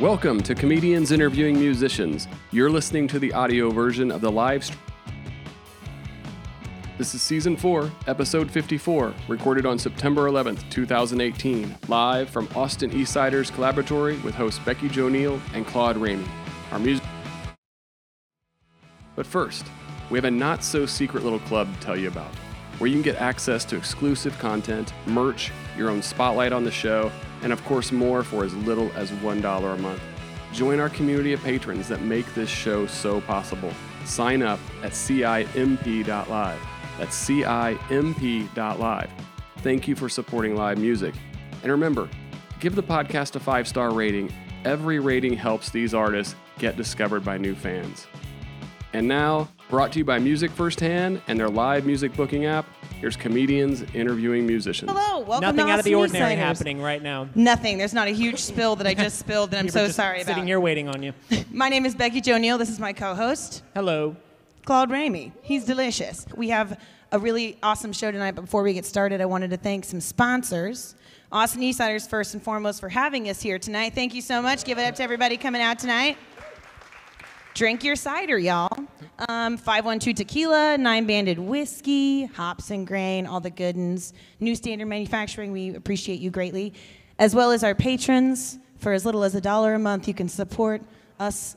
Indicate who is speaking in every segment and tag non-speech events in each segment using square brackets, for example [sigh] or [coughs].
Speaker 1: Welcome to Comedians Interviewing Musicians. You're listening to the audio version of the live stream. This is season 4, episode 54, recorded on September 11th, 2018, live from Austin Eastsiders Collaboratory with hosts Becky Jo Neal and Claude Ramey. Our music. But first, we have a not so secret little club to tell you about, where you can get access to exclusive content, merch, your own spotlight on the show, and of course more for as little as $1 a month. Join our community of patrons that make this show so possible. Sign up at CIMP.live. That's CIMP.live. Thank you for supporting live music. And remember, give the podcast a five star rating. Every rating helps these artists get discovered by new fans. And now, brought to you by Music Firsthand and their live music booking app, here's comedians interviewing musicians.
Speaker 2: Hello, welcome to
Speaker 3: Nothing out of the
Speaker 2: Austin
Speaker 3: ordinary
Speaker 2: Eastsiders.
Speaker 3: happening right now.
Speaker 2: Nothing. There's not a
Speaker 3: [laughs]
Speaker 2: huge spill that I just spilled that I'm
Speaker 3: We're
Speaker 2: so
Speaker 3: just
Speaker 2: sorry about.
Speaker 3: Sitting here
Speaker 2: [laughs]
Speaker 3: waiting on you.
Speaker 2: My name is Becky Jo Neal. This is my co-host,
Speaker 3: Hello.
Speaker 2: Claude Ramey. He's delicious. We have a really awesome show tonight. But before we get started, I wanted to thank some sponsors. Austin Eastsiders, first and foremost, for having us here tonight. Thank you so much. Give it up to everybody coming out tonight. Drink your cider, y'all. Um, 512 tequila, nine banded whiskey, hops and grain, all the good ones. New Standard Manufacturing, we appreciate you greatly. As well as our patrons, for as little as a dollar a month, you can support us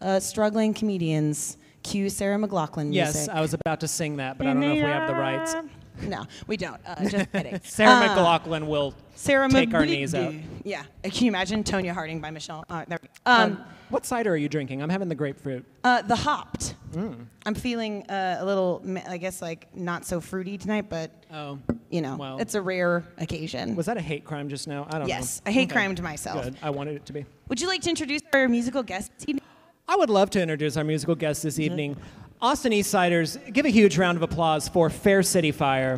Speaker 2: uh, struggling comedians. Cue Sarah McLaughlin music.
Speaker 3: Yes, I was about to sing that, but I don't know if we have the rights.
Speaker 2: No, we don't. Uh, just kidding.
Speaker 3: [laughs] Sarah
Speaker 2: Uh,
Speaker 3: McLaughlin will
Speaker 2: Sarah
Speaker 3: take our
Speaker 2: Mabidi.
Speaker 3: knees out.
Speaker 2: Yeah. Can you imagine Tonya Harding by Michelle? Uh, there we go. Um,
Speaker 3: What cider are you drinking? I'm having the grapefruit.
Speaker 2: Uh, the hopped.
Speaker 3: Mm.
Speaker 2: I'm feeling uh, a little, me- I guess, like not so fruity tonight, but
Speaker 3: Oh,
Speaker 2: you know,
Speaker 3: Well.
Speaker 2: it's a rare occasion.
Speaker 3: was that a hate crime just now? I don't know.
Speaker 2: Yes, I hate crimed myself.
Speaker 3: Good. I wanted it to be.
Speaker 2: Would you like to introduce our musical guest? this evening?
Speaker 3: I would love to introduce our musical guest
Speaker 2: Mm-hmm.
Speaker 3: this evening. Austin Eastsiders, give a huge round of applause for Fair City Fire.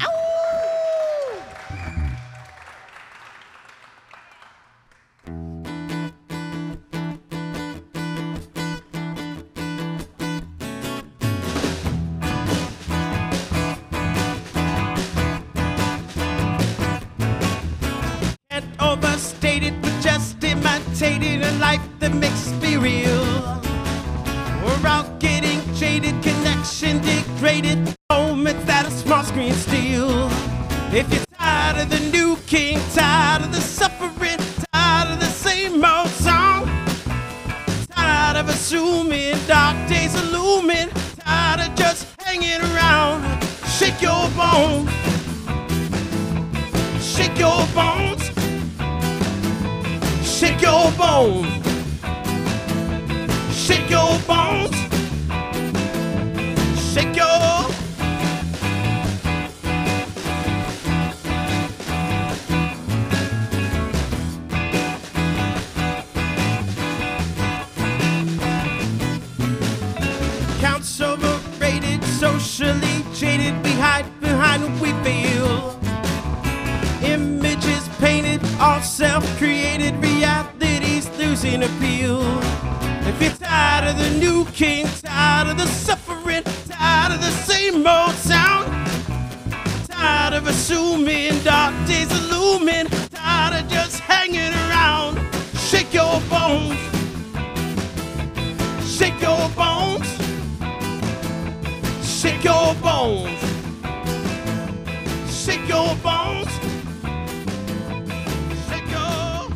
Speaker 4: Can't overstate it, but just imitate it. A life that makes me real. We're out getting jaded, connection degraded. Moments that a small screen steal. If you're tired of the new king, tired of the suffering, tired of the same old song, tired of assuming dark days are looming, tired of just hanging around, shake your bones shake your bones, shake your bones, shake your bones, shake your. Counts overrated, socially jaded, we hide behind what we feel. Images painted, all self created, realities losing appeal. If you're tired of the new king, tired of the suffering, tired of the same old sound, tired of assuming dark days are looming, tired of just hanging around, shake your bones, shake your bones, shake your bones, shake your bones. Shake your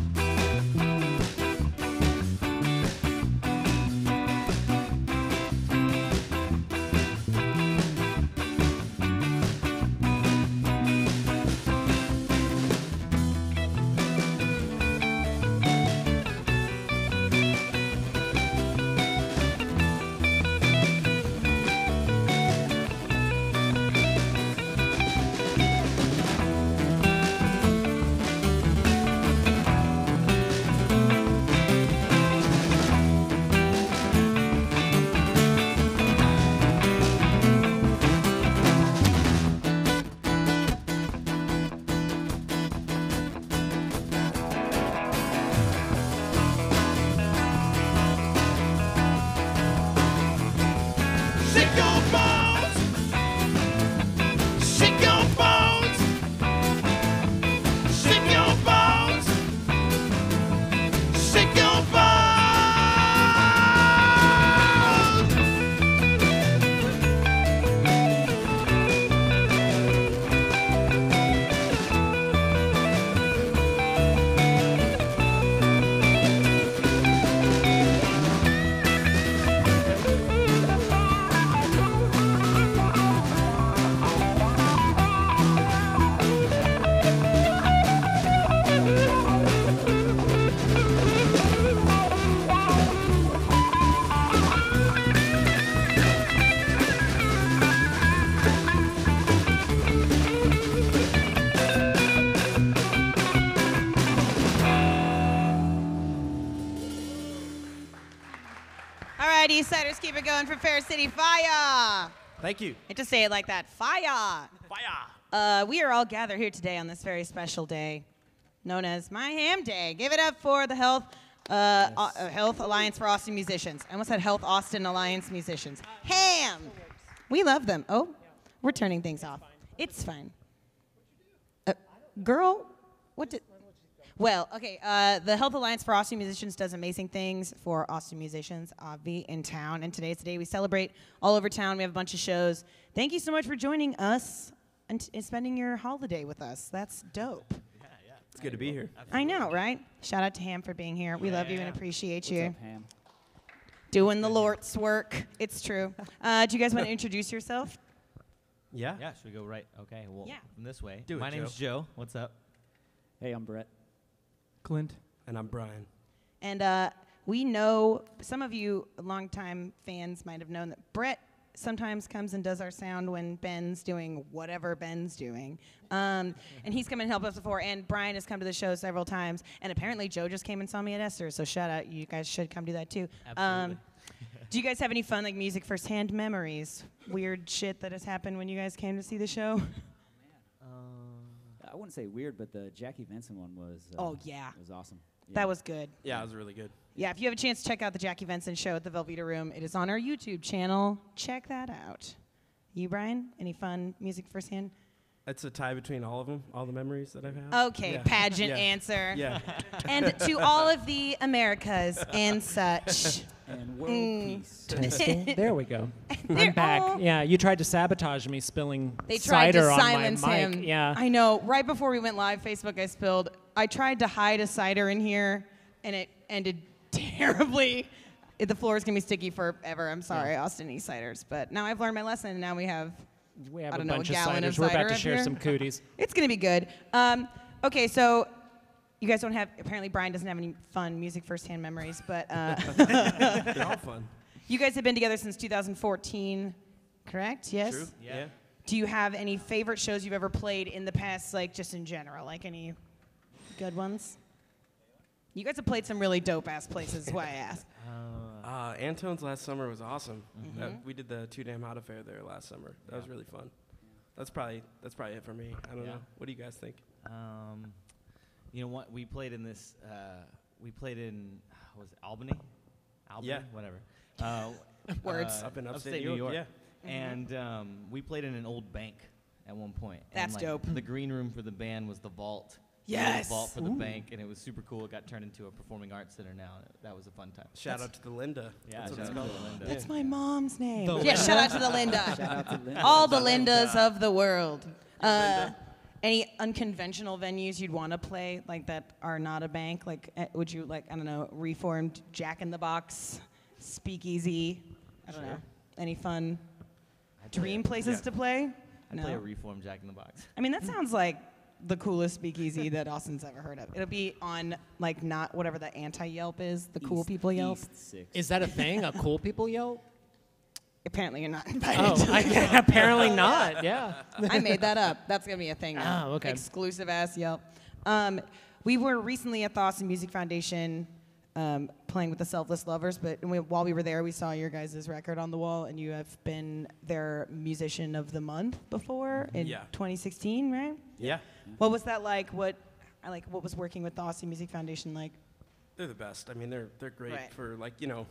Speaker 2: Eastsiders keep it going for Fair City Fire.
Speaker 4: Thank you.
Speaker 2: And to say it like that, fire.
Speaker 4: Fire.
Speaker 2: Uh, we are all gathered here today on this very special day, known as My Ham Day. Give it up for the Health uh, Au- uh, Health Alliance for Austin Musicians. I almost had Health Austin Alliance Musicians. Ham. We love them. Oh, we're turning things off. It's fine. Uh, girl, what did? Well, okay. Uh, the Health Alliance for Austin Musicians does amazing things for Austin musicians, obvi, in town. And today's the day we celebrate all over town. We have a bunch of shows. Thank you so much for joining us and, t- and spending your holiday with us. That's dope.
Speaker 4: It's good to be here.
Speaker 2: I know, right? Shout out to Ham for being here. We love you and appreciate you.
Speaker 5: What's up, Ham?
Speaker 2: Doing the Lord's work. It's true. Uh, do you guys want to introduce yourself?
Speaker 4: Yeah.
Speaker 6: Yeah, should we go right? Okay, well,
Speaker 2: Yeah.
Speaker 6: from this way.
Speaker 4: Do it,
Speaker 6: My name's Joe. What's up?
Speaker 5: Hey, I'm Brett.
Speaker 4: Clint. And I'm Brian.
Speaker 2: And uh, we know some of you longtime fans might have known that Brett sometimes comes and does our sound when Ben's doing whatever Ben's doing. Um, and he's come and helped us before. And Brian has come to the show several times. And apparently Joe just came and saw me at Esther. So shout out, you guys should come do that too. Um,
Speaker 6: Absolutely.
Speaker 2: do you guys have any fun like music firsthand memories? Weird shit that has happened when you guys came to see the show?
Speaker 5: I wouldn't say weird, but the Jackie Vincent one was. Uh,
Speaker 2: Oh, yeah.
Speaker 5: It was awesome. Yeah.
Speaker 2: That was good.
Speaker 4: Yeah, it was really good.
Speaker 2: Yeah, if you have a chance to check out the Jackie Benson show at the Velveeta Room, it is on our YouTube channel. Check that out. You, Brian? Any fun music firsthand?
Speaker 7: It's a tie between all of them, all the memories that I've had.
Speaker 2: Okay,
Speaker 7: Yeah.
Speaker 2: pageant
Speaker 7: [laughs] Yeah.
Speaker 2: answer.
Speaker 7: Yeah.
Speaker 2: And to all of the Americas and such.
Speaker 5: And world
Speaker 2: [laughs]
Speaker 5: peace.
Speaker 3: Testing. [laughs] There we go.
Speaker 2: They're
Speaker 3: I'm back.
Speaker 2: all-
Speaker 3: Yeah, you tried to sabotage me spilling
Speaker 2: They tried
Speaker 3: cider
Speaker 2: to
Speaker 3: on
Speaker 2: silence
Speaker 3: my mic.
Speaker 2: him.
Speaker 3: Yeah.
Speaker 2: I know. Right before we went live, Facebook, I spilled. I tried to hide a cider in here, and it ended [laughs] terribly. It- The floor is gonna be sticky forever. I'm sorry, Austin East Ciders, but now I've learned my lesson. and Now we have.
Speaker 3: we have
Speaker 2: I
Speaker 3: a
Speaker 2: don't know, a
Speaker 3: bunch of
Speaker 2: gallon
Speaker 3: ciders.
Speaker 2: of
Speaker 3: We're
Speaker 2: cider
Speaker 3: about to
Speaker 2: up
Speaker 3: share
Speaker 2: here?
Speaker 3: some cooties.
Speaker 2: It's gonna be good. Um, okay, so you guys don't have. Apparently, Brian doesn't have any fun music firsthand memories, but
Speaker 3: [laughs]
Speaker 2: uh,
Speaker 7: They're all fun.
Speaker 2: you guys have been together since 2014, correct? Yes.
Speaker 7: True. Yeah.
Speaker 2: Do you have any favorite shows you've ever played in the past, like just in general, like any good ones? You guys have played some really dope ass places, is why I asked.
Speaker 7: Uh, Antone's last summer was awesome.
Speaker 6: Mm-hmm.
Speaker 7: Uh, we did the Two Damn Hot Affair there last summer. That was really fun. That's probably that's probably it for me. I don't
Speaker 6: Yeah.
Speaker 7: know. What do you guys think?
Speaker 6: Um, you know what? We played in this. Uh, we played in what was it Albany, Albany,
Speaker 7: Yeah. [laughs]
Speaker 6: whatever. Uh,
Speaker 2: Words.
Speaker 7: Up in upstate New York, Mm-hmm.
Speaker 6: And um, we played in an old bank at one point. and,
Speaker 2: That's
Speaker 6: like,
Speaker 2: dope.
Speaker 6: The green room for the band was the vault. We had a
Speaker 2: Yes.
Speaker 6: vault for the bank, and it was super cool. It got turned into a performing arts center now. and That was a fun time.
Speaker 7: Shout out to the Linda.
Speaker 6: Yeah,
Speaker 7: that's what it's
Speaker 6: shout out
Speaker 7: called.
Speaker 6: to Linda.
Speaker 2: That's my mom's name.
Speaker 6: The
Speaker 2: yeah, shout out to the
Speaker 5: Shout
Speaker 2: Linda.
Speaker 5: out to Linda.
Speaker 2: All the Lindas of the world. Uh, any unconventional venues you'd want to play, like that are not a bank? Like, eh, would you like I don't know, reformed Jack in the Box, Speakeasy? I don't know. Any fun
Speaker 6: I'd play
Speaker 2: dream
Speaker 6: a-
Speaker 2: places
Speaker 7: Yeah.
Speaker 2: to play?
Speaker 6: I'd play a reformed Jack in the Box.
Speaker 2: I mean, that sounds like the coolest speakeasy that Austin's ever heard of. It'll be on like not whatever the anti Yelp is, the [laughs] cool
Speaker 5: East-
Speaker 2: people Yelp.
Speaker 5: East six.
Speaker 3: Is that a thing? A cool people yell?
Speaker 2: Apparently, you're [laughs] not invited.
Speaker 3: [laughs] Oh, [laughs] I, apparently [laughs] not. Yeah.
Speaker 2: I made that up. That's gonna be a thing. Now.
Speaker 3: Oh, okay.
Speaker 2: Exclusive ass Yelp. Um, we were recently at the Austin Music Foundation um, playing with the Selfless Lovers, but we, while we were there, we saw your guys' record on the wall, and you have been their musician of the month before in
Speaker 7: Yeah.
Speaker 2: 2016, right?
Speaker 7: Yeah.
Speaker 2: What was that like? What I like what was working with the Austin Music Foundation like?
Speaker 7: They're the best. I mean, they're they're great
Speaker 2: Right.
Speaker 7: for like you know.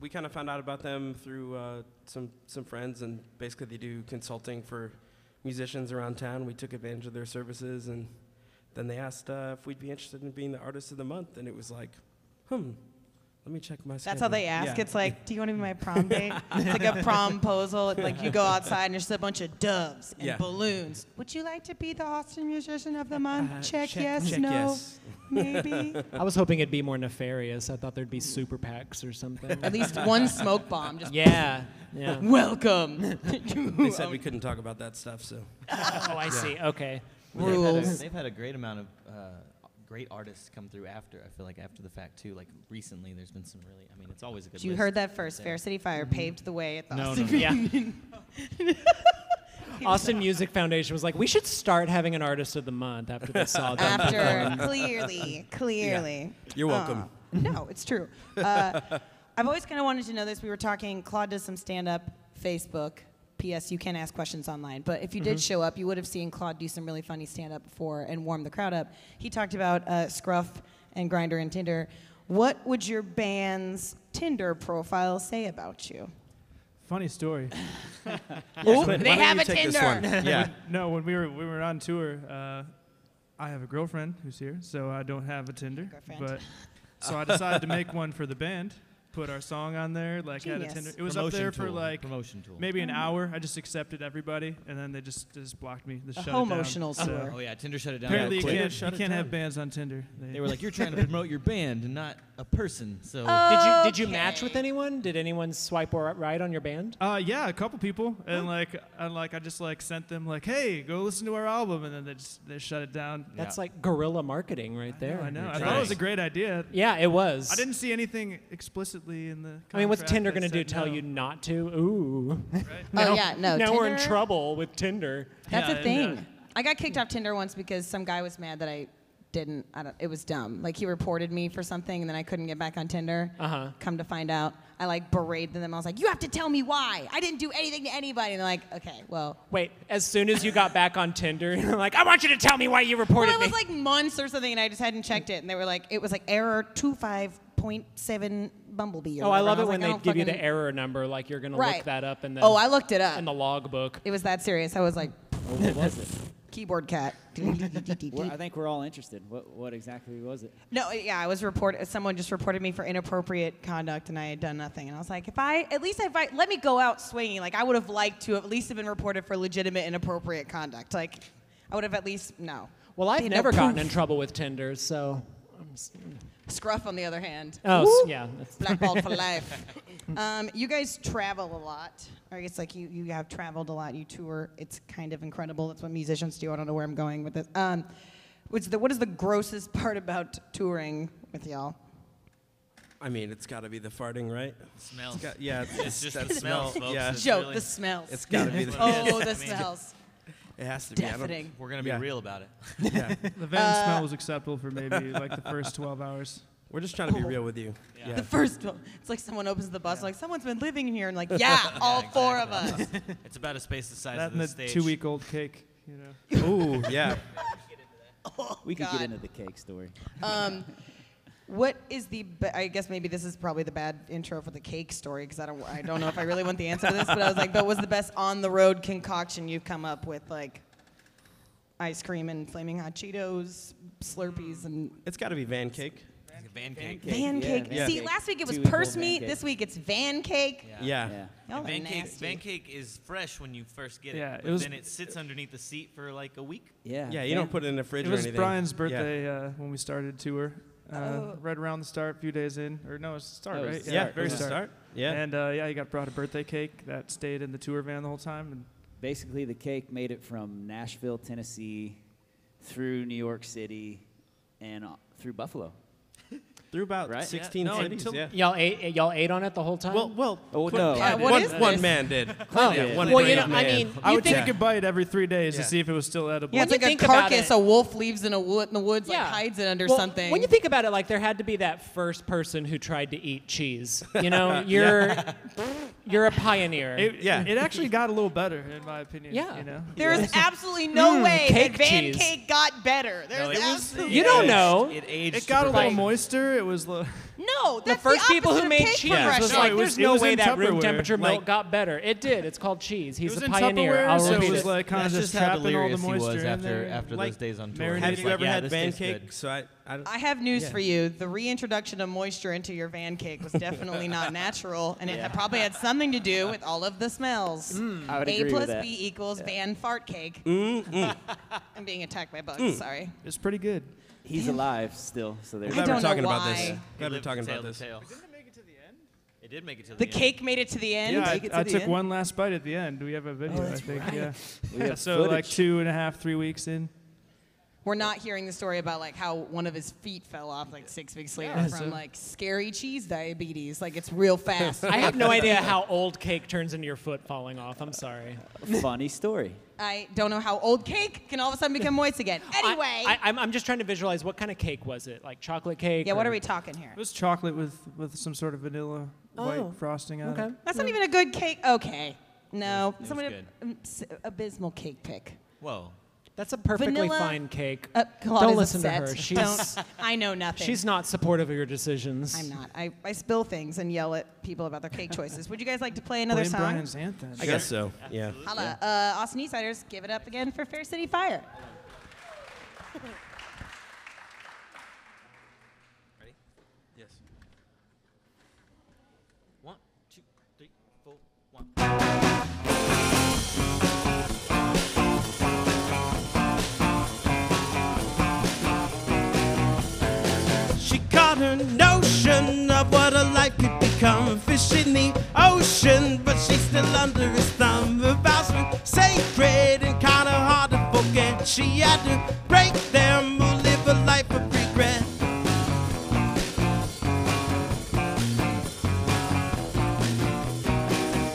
Speaker 7: We kind of found out about them through uh, some some friends, and basically they do consulting for musicians around town. We took advantage of their services, and then they asked uh, if we'd be interested in being the artist of the month, and it was like, hmm, let me check my.
Speaker 2: That's how they ask. It's like, do you want to be my
Speaker 7: [laughs]
Speaker 2: prom date? it's like a promposal. It's like you go outside and there's just a bunch of doves and
Speaker 7: Yeah. Uh,
Speaker 2: balloons. Would you like to be the Austin musician of the month? check, yes,
Speaker 7: check
Speaker 2: no,
Speaker 7: yes.
Speaker 2: maybe.
Speaker 7: [laughs]
Speaker 3: I was hoping it'd be more nefarious. I thought there'd be super PACs or something.
Speaker 2: At least one smoke bomb.
Speaker 7: [laughs]
Speaker 2: Just
Speaker 3: [laughs] yeah. Yeah. [laughs]
Speaker 2: welcome. [laughs] Oh.
Speaker 7: they said we couldn't talk about that stuff, so
Speaker 3: Oh, I see. Okay.
Speaker 6: They've had, a,
Speaker 2: Rules.
Speaker 6: they've had a great amount of uh, great artists come through after. I feel like after the fact too. Like recently, there's been some really. I mean, it's always a good.
Speaker 2: you
Speaker 6: list
Speaker 2: heard that first.
Speaker 6: there.
Speaker 2: Fair City Fire
Speaker 7: Mm-hmm.
Speaker 2: paved the way at the
Speaker 3: No,
Speaker 2: Austin.
Speaker 3: no, yeah. [laughs] Austin Music Foundation was like, we should start having an artist of the month after they saw [laughs] them.
Speaker 2: After clearly, clearly.
Speaker 7: you're welcome.
Speaker 2: No, it's true. Uh, [laughs] I've always kind of wanted to know this. We were talking, Claude does some stand up, Facebook. P.S. You can ask questions online, but if you did show up, you would have seen Claude do some really funny stand up before and warm the crowd up. He talked about uh, Scruff and Grinder and Tinder. What would your band's Tinder profile say about you?
Speaker 8: Funny story. [coughs]
Speaker 2: Oh,
Speaker 7: Clint,
Speaker 2: they
Speaker 7: why don't
Speaker 2: have
Speaker 7: you
Speaker 2: a
Speaker 7: take this
Speaker 2: Tinder.
Speaker 7: one? Yeah.
Speaker 8: No, when we were we were on tour, uh, I have a girlfriend who's here, so I don't have a Tinder.
Speaker 2: Girlfriend.
Speaker 8: But
Speaker 2: [laughs]
Speaker 8: so I decided to make one for the band. Put our song on there, like had
Speaker 2: Genius. Mm-hmm.
Speaker 8: a Tinder. It was up there for like
Speaker 6: promotion tool.
Speaker 8: maybe an hour. I just accepted everybody, and then they just just blocked me. They
Speaker 2: A
Speaker 8: shut it down.
Speaker 2: homotional
Speaker 8: So
Speaker 2: tour.
Speaker 6: Oh yeah, Tinder shut it down.
Speaker 8: Apparently,
Speaker 6: real
Speaker 8: you
Speaker 6: quick. [laughs]
Speaker 8: can't,
Speaker 7: Shut
Speaker 8: you
Speaker 7: it
Speaker 8: can't have
Speaker 7: down.
Speaker 8: bands on Tinder.
Speaker 6: They were like, "You're trying to promote your band and not a person." So
Speaker 2: Oh,
Speaker 3: Did you did you match
Speaker 2: Okay.
Speaker 3: with anyone? Did anyone swipe or right on your band?
Speaker 8: Uh, yeah, a couple people, and like, and like, I just like sent them like, "Hey, go listen to our album," and then they just they shut it down.
Speaker 3: That's like guerrilla marketing right there.
Speaker 8: Yeah, I know. I
Speaker 3: You're
Speaker 8: thought it was a
Speaker 3: trying.
Speaker 8: great idea.
Speaker 3: Yeah, it was.
Speaker 8: I didn't see anything explicitly in the.
Speaker 3: I mean, what's
Speaker 8: contract
Speaker 3: Tinder
Speaker 8: that
Speaker 3: going to do?
Speaker 8: said
Speaker 3: Tell
Speaker 8: no.
Speaker 3: you not to? Ooh.
Speaker 2: Oh, yeah, [laughs] no.
Speaker 3: [laughs] Now we're in
Speaker 2: Tinder-
Speaker 3: trouble with Tinder.
Speaker 2: That's
Speaker 8: Yeah,
Speaker 2: a
Speaker 8: and,
Speaker 2: thing.
Speaker 8: uh,
Speaker 2: I got kicked off Tinder once because some guy was mad that I didn't. I don't, it was dumb. Like he reported me for something and then I couldn't get back on Tinder.
Speaker 3: Uh-huh.
Speaker 2: Come to find out, I like berated them. I was like, "You have to tell me why. I didn't do anything to anybody." And they're like, "Okay, well."
Speaker 3: Wait, as soon as you got back on Tinder, [laughs] you're like, I want you to tell me why you reported
Speaker 2: Well, it was
Speaker 3: me.
Speaker 2: like months or something, and I just hadn't checked it. And they were like, "It was like error two five point seven bumblebee." Or
Speaker 3: oh, I
Speaker 2: whatever.
Speaker 3: love
Speaker 2: And
Speaker 3: it
Speaker 2: was
Speaker 3: when
Speaker 2: like,
Speaker 3: they
Speaker 2: I don't
Speaker 3: give you the
Speaker 2: fucking-
Speaker 3: error number, like you're going to
Speaker 2: Right.
Speaker 3: look that up in the,
Speaker 2: Oh, I looked it up.
Speaker 3: in the logbook.
Speaker 2: It was that serious. I was like,
Speaker 5: what was it?
Speaker 2: [laughs] "Keyboard cat."
Speaker 5: We're, I think we're all interested. What, what exactly was it?
Speaker 2: No, uh, yeah, I was report. Someone just reported me for inappropriate conduct, and I had done nothing. And I was like, if I at least if I let me go out swinging, like I would have liked to have at least have been reported for legitimate inappropriate conduct. Like, I would have at least no.
Speaker 3: Well, I've
Speaker 2: They know
Speaker 3: never gotten
Speaker 2: proof.
Speaker 3: in trouble with Tinder, so. I'm s-
Speaker 2: Scruff, on the other hand,
Speaker 3: Oh, s- yeah. that's-
Speaker 2: blackballed for life. Um, you guys travel a lot. I guess like you you have traveled a lot. You tour. It's kind of incredible. That's what musicians do. I don't know where I'm going with this. Um, what's the what is the grossest [laughs] part about touring with y'all?
Speaker 7: I mean, it's got to be the farting, right?
Speaker 6: smells.
Speaker 7: It's got, yeah, it's,
Speaker 6: It's just
Speaker 7: that
Speaker 6: the
Speaker 2: [laughs]
Speaker 6: smells,
Speaker 7: smell.
Speaker 6: folks.
Speaker 7: Yeah,
Speaker 6: It's
Speaker 2: Joke.
Speaker 6: really- [laughs]
Speaker 2: the smells.
Speaker 7: it's got to be the.
Speaker 2: Oh, the
Speaker 6: I mean-
Speaker 2: smells.
Speaker 7: It has to be. I don't-
Speaker 2: Deafening.
Speaker 6: We're gonna be
Speaker 7: Yeah.
Speaker 6: real about it.
Speaker 8: The van
Speaker 3: Uh,
Speaker 8: smell was acceptable for maybe like the [laughs] first 12 hours.
Speaker 7: We're just trying to be real with you. Yeah.
Speaker 2: The first one. It's like someone opens the bus, like, someone's been living in here, and [laughs] like, yeah, all four of
Speaker 9: [laughs]
Speaker 2: us.
Speaker 6: [laughs] It's about a space the size of
Speaker 8: That
Speaker 6: the
Speaker 8: and the
Speaker 6: stage.
Speaker 8: two-week-old cake. You know.
Speaker 7: Ooh, [laughs] yeah.
Speaker 5: We could
Speaker 2: Oh, God.
Speaker 5: get into the cake story.
Speaker 2: Um, what is the? Ba- I guess maybe this is probably the bad intro for the cake story because I don't. I don't know if I really want the answer to this, but I was like, but what's the best on the road concoction you've come up with? Like, ice cream and flaming hot Cheetos, Slurpees, and
Speaker 7: It's got to be van cake.
Speaker 6: It's a Van cake.
Speaker 5: Cake,
Speaker 2: van
Speaker 5: yeah,
Speaker 2: cake.
Speaker 5: van
Speaker 2: See,
Speaker 5: cake.
Speaker 2: last week it was
Speaker 5: Two-week-old
Speaker 2: purse
Speaker 5: van
Speaker 2: meat.
Speaker 5: cake.
Speaker 2: This week it's van cake.
Speaker 7: Yeah.
Speaker 5: Yeah.
Speaker 2: Y'all are
Speaker 6: Van cake,
Speaker 2: nasty.
Speaker 6: van cake is fresh when you first get
Speaker 8: Yeah,
Speaker 6: it,
Speaker 8: it
Speaker 6: but
Speaker 8: was-
Speaker 6: then it sits underneath the seat for like a week.
Speaker 5: Yeah.
Speaker 7: Yeah, you don't put it in the fridge
Speaker 8: It
Speaker 7: or
Speaker 8: was
Speaker 7: anything.
Speaker 8: Brian's
Speaker 7: Yeah.
Speaker 8: birthday uh, when we started tour. Uh,
Speaker 3: Oh.
Speaker 8: Right around the start, a few days in, or no, it's the start,
Speaker 5: No, it was
Speaker 8: right?
Speaker 5: the
Speaker 7: Yeah,
Speaker 5: start,
Speaker 7: very
Speaker 5: yeah.
Speaker 7: start. Yeah.
Speaker 8: And uh, yeah, he got brought a birthday cake that stayed in the tour van the whole time. And
Speaker 5: Basically, the cake made it from Nashville, Tennessee, through New York City, and uh, through Buffalo.
Speaker 7: through about
Speaker 5: Right?
Speaker 7: 16
Speaker 6: Yeah. No,
Speaker 7: cities.
Speaker 6: until-
Speaker 7: yeah.
Speaker 3: y'all ate y'all ate on it the whole time.
Speaker 7: Well, well.
Speaker 5: Oh,
Speaker 7: Clint
Speaker 5: no.
Speaker 7: did.
Speaker 5: Yeah,
Speaker 2: Uh, what
Speaker 7: one,
Speaker 2: is
Speaker 7: one
Speaker 2: this?
Speaker 7: man did.
Speaker 3: Oh,
Speaker 7: yeah, one
Speaker 3: well, you know,
Speaker 7: brave
Speaker 3: I
Speaker 7: man.
Speaker 3: mean, you
Speaker 8: I would
Speaker 3: think
Speaker 8: take a bite every three days
Speaker 7: Yeah.
Speaker 8: to see if it was still edible.
Speaker 2: Yeah, it's
Speaker 3: When
Speaker 2: like
Speaker 3: you
Speaker 2: a
Speaker 3: think about
Speaker 2: carcass
Speaker 3: it-
Speaker 2: a wolf leaves in a wood in the woods, like
Speaker 3: Yeah.
Speaker 2: hides it under
Speaker 3: Well,
Speaker 2: something.
Speaker 3: When you think about it, like there had to be that first person who tried to eat cheese. You
Speaker 8: [laughs]
Speaker 3: know, you're you're a pioneer.
Speaker 8: It,
Speaker 7: Yeah.
Speaker 8: it actually got a little better, in my opinion.
Speaker 3: Yeah.
Speaker 8: You know?
Speaker 2: there is absolutely no way
Speaker 3: cake
Speaker 2: that van
Speaker 3: cheese.
Speaker 2: cake got better. There's
Speaker 6: No, it was-
Speaker 2: absolutely
Speaker 3: you don't
Speaker 6: Aged-
Speaker 3: know.
Speaker 6: It aged.
Speaker 8: It got a little
Speaker 3: Right.
Speaker 8: moister. It was. Lo-
Speaker 2: no.
Speaker 3: the
Speaker 2: That's
Speaker 3: first people
Speaker 2: opposite
Speaker 3: who
Speaker 2: of
Speaker 3: made
Speaker 2: cake
Speaker 3: cheese
Speaker 7: Yeah.
Speaker 3: was
Speaker 2: progression.
Speaker 7: No,
Speaker 3: like,
Speaker 7: it was-
Speaker 3: "There's
Speaker 8: it
Speaker 3: no
Speaker 8: was
Speaker 3: way
Speaker 8: in
Speaker 3: that room
Speaker 8: Tupperware.
Speaker 3: temperature milk
Speaker 8: Like-
Speaker 3: got better." It did. It's called cheese.
Speaker 8: it
Speaker 3: He's
Speaker 8: was
Speaker 3: a
Speaker 8: in
Speaker 3: pioneer.
Speaker 8: Tupperware,
Speaker 3: I'll
Speaker 8: so
Speaker 3: repeat
Speaker 8: it was
Speaker 3: it.
Speaker 8: like kind of
Speaker 6: That's
Speaker 8: just
Speaker 6: just how
Speaker 8: trapping all the
Speaker 6: delirious he was
Speaker 8: moisture in
Speaker 6: after
Speaker 8: there.
Speaker 6: after those days on tour.
Speaker 8: Mary-
Speaker 7: Have
Speaker 8: It's
Speaker 7: you
Speaker 6: like,
Speaker 7: ever
Speaker 6: yeah,
Speaker 7: had
Speaker 6: this
Speaker 7: van
Speaker 6: tastes
Speaker 7: cake?
Speaker 6: good.
Speaker 7: So I, I, don't-
Speaker 2: I have news
Speaker 7: Yeah.
Speaker 2: for you. The reintroduction of moisture into your van cake was definitely not natural, and it had probably had something to do with all of the smells.
Speaker 5: I would
Speaker 2: A
Speaker 5: Mm. agree
Speaker 2: plus
Speaker 5: with that.
Speaker 2: B equals van fart cake. [laughs] I'm being attacked by bugs. Sorry.
Speaker 8: It's pretty good.
Speaker 2: [laughs]
Speaker 5: He's alive still, so there's
Speaker 2: I
Speaker 7: glad
Speaker 2: don't
Speaker 7: we're
Speaker 2: know
Speaker 7: talking about this.
Speaker 2: why.
Speaker 6: He
Speaker 7: Glad we're
Speaker 6: lived
Speaker 7: talking
Speaker 6: to
Speaker 7: about
Speaker 6: tell
Speaker 7: this.
Speaker 6: the tale. It did make it to the,
Speaker 2: The
Speaker 6: end.
Speaker 2: cake made it to the end.
Speaker 8: Yeah, I,
Speaker 5: take it to
Speaker 8: I
Speaker 5: the
Speaker 8: took
Speaker 5: end?
Speaker 8: one last bite at Oh, [laughs] the end. We have a video, I think. Yeah.
Speaker 5: We have
Speaker 8: so like
Speaker 5: footage.
Speaker 8: two and a half, three weeks in.
Speaker 2: We're not hearing the story about like how one of his feet fell off like six weeks later from like scary cheese diabetes. Like it's real fast.
Speaker 3: [laughs] [laughs] I have
Speaker 8: [laughs]
Speaker 3: no idea how old cake turns into your foot falling off. I'm sorry.
Speaker 5: Funny story.
Speaker 2: I don't know how old cake can all of a sudden become moist again. Anyway,
Speaker 3: I, I, am I'm just trying to visualize what kind of cake was it? Like chocolate cake?
Speaker 2: yeah, what
Speaker 3: or-
Speaker 2: are we talking here?
Speaker 8: It was chocolate with, with some sort of vanilla
Speaker 3: Oh.
Speaker 8: white frosting on
Speaker 3: Okay.
Speaker 8: it.
Speaker 2: That's not even a good cake. Okay, no,
Speaker 6: was
Speaker 2: somebody
Speaker 6: good.
Speaker 2: um, s- abysmal cake pick.
Speaker 6: Whoa.
Speaker 3: That's a perfectly
Speaker 2: Vanilla-
Speaker 3: fine cake.
Speaker 2: Uh,
Speaker 3: Don't
Speaker 2: Claudia's
Speaker 3: listen to
Speaker 2: upset.
Speaker 3: her. She's
Speaker 2: Don't. [laughs] I know nothing.
Speaker 3: she's not supportive of your decisions.
Speaker 2: I'm not. I, I spill things and yell at people about their cake choices. Would you guys like to play another
Speaker 8: Blame
Speaker 2: song?
Speaker 8: Brian's anthem.
Speaker 4: I guess so. Yeah.
Speaker 2: Holla. Uh, Austin Eastsiders, give it up again for Fair City Fire.
Speaker 7: Yes.
Speaker 6: One, two, three, four, one.
Speaker 4: She caught a notion of what her life could become. Fish in the ocean, but she's still under his thumb. Her vows were sacred and kinda hard to forget. She had to break them or live a life of regret.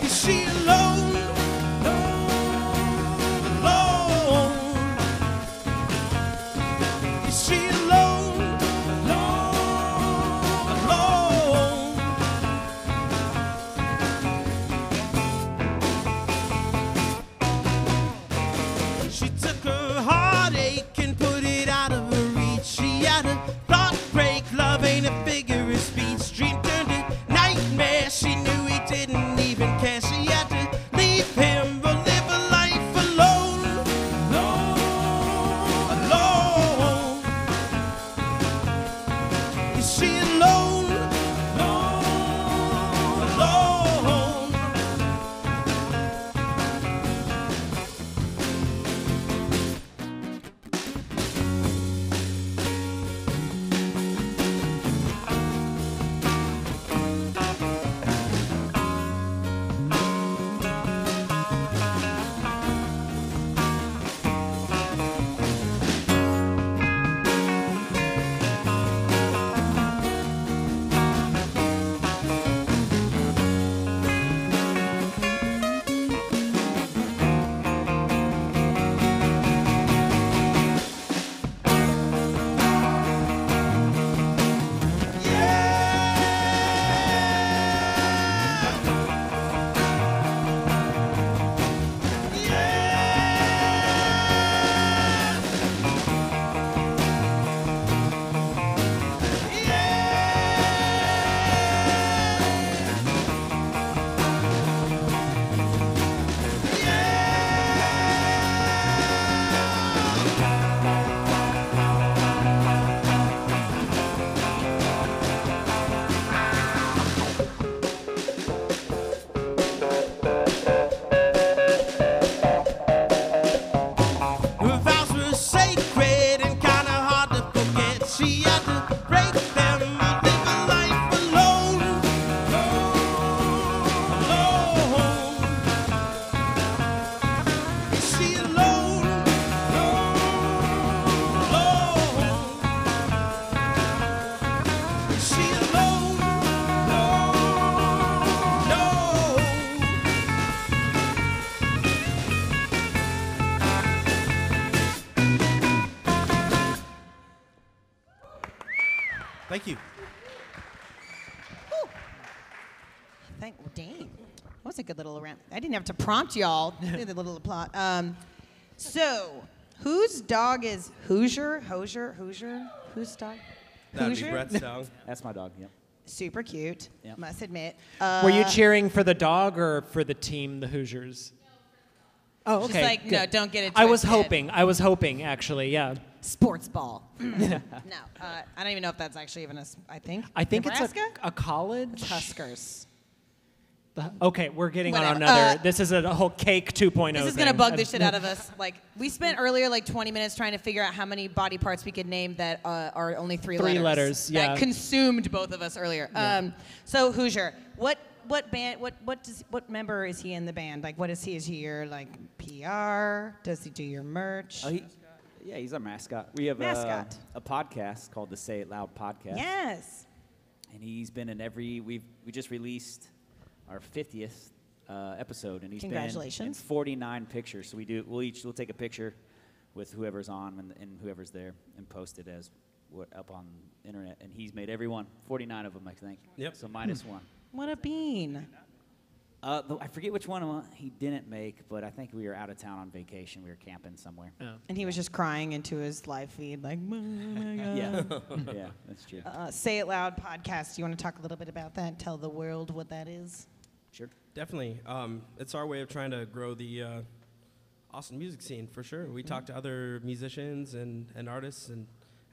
Speaker 4: Is she alone? Alone. Is she alone? Alone. Alone. She took her heartache and put it out of her reach. She had a thought break. Love ain't a figure of speech. Dream turned to nightmare. She knew he didn't even care. She had to leave him or live a life alone. Alone. Alone. Is she alone? Alone. Alone. Her vows were sacred and kinda hard to forget. She had to break them and live a life alone. Alone. Is she alone? Alone. Is she alone? No. No.
Speaker 6: Thank you.
Speaker 2: Thank, well, dang. That was a good little rant. I didn't have to prompt [laughs] y'all. Did a little plot. Um, so, whose dog is Hoosier? Hoosier? Hoosier? Whose dog?
Speaker 7: That'd be
Speaker 2: Hoosier?
Speaker 7: Brett's song.
Speaker 5: That's my dog. Yep.
Speaker 2: Super cute,
Speaker 5: Yep.
Speaker 2: must admit. Uh,
Speaker 3: Were you cheering for the dog or for the team, the Hoosiers? Oh, okay.
Speaker 2: She's like, no,
Speaker 3: good.
Speaker 2: don't get it.
Speaker 3: I was
Speaker 2: twisted.
Speaker 3: hoping. I was hoping, actually. Yeah.
Speaker 2: Sports
Speaker 3: [laughs]
Speaker 2: ball. no, uh, I don't even know if that's actually even a. s- I think.
Speaker 3: I think
Speaker 2: Nebraska?
Speaker 3: it's a, a college.
Speaker 2: It's Huskers.
Speaker 3: The- Okay, we're getting on
Speaker 2: Whatever.
Speaker 3: another.
Speaker 2: Uh,
Speaker 3: this is a whole cake 2.0.
Speaker 2: This is
Speaker 3: thing. Um,
Speaker 2: gonna bug
Speaker 3: I-
Speaker 2: the shit out of us. Like we spent earlier like 20 minutes trying to figure out how many body parts we could name that uh, are only three,
Speaker 3: Three
Speaker 2: letters.
Speaker 3: letters, yeah.
Speaker 2: That consumed both of us earlier. Um, so Hoosier, what what band? What what does what member is he in the band? Like what is he? Is he your like PR? Does he do your merch?
Speaker 5: Oh, he, Yeah, he's our mascot. We have
Speaker 2: Mascot.
Speaker 5: A, a podcast called the Say It Loud Podcast.
Speaker 2: Yes.
Speaker 5: And he's been in every. We've we just released our 50th uh, episode, and he's been in
Speaker 2: Congratulations.
Speaker 5: 49 pictures. So we do. We'll each we'll take a picture with whoever's on and, and whoever's there, and post it as what up on the internet. And he's made every one 49 of them, I think.
Speaker 7: Yep.
Speaker 5: So minus one.
Speaker 2: What a bean.
Speaker 5: Uh, the- I forget which one uh, he didn't make, but I think we were out of town on vacation. We were camping somewhere.
Speaker 2: And he was just crying into his live feed, like, "Oh my God."
Speaker 5: Yeah, yeah, that's true.
Speaker 2: Uh, Say It Loud podcast. You want to talk a little bit about that? Tell the world what that is.
Speaker 5: Sure.
Speaker 7: Definitely. Um, it's our way of trying to grow the uh, Austin music scene for sure.
Speaker 3: Mm-hmm.
Speaker 7: We talk to other musicians and, and artists and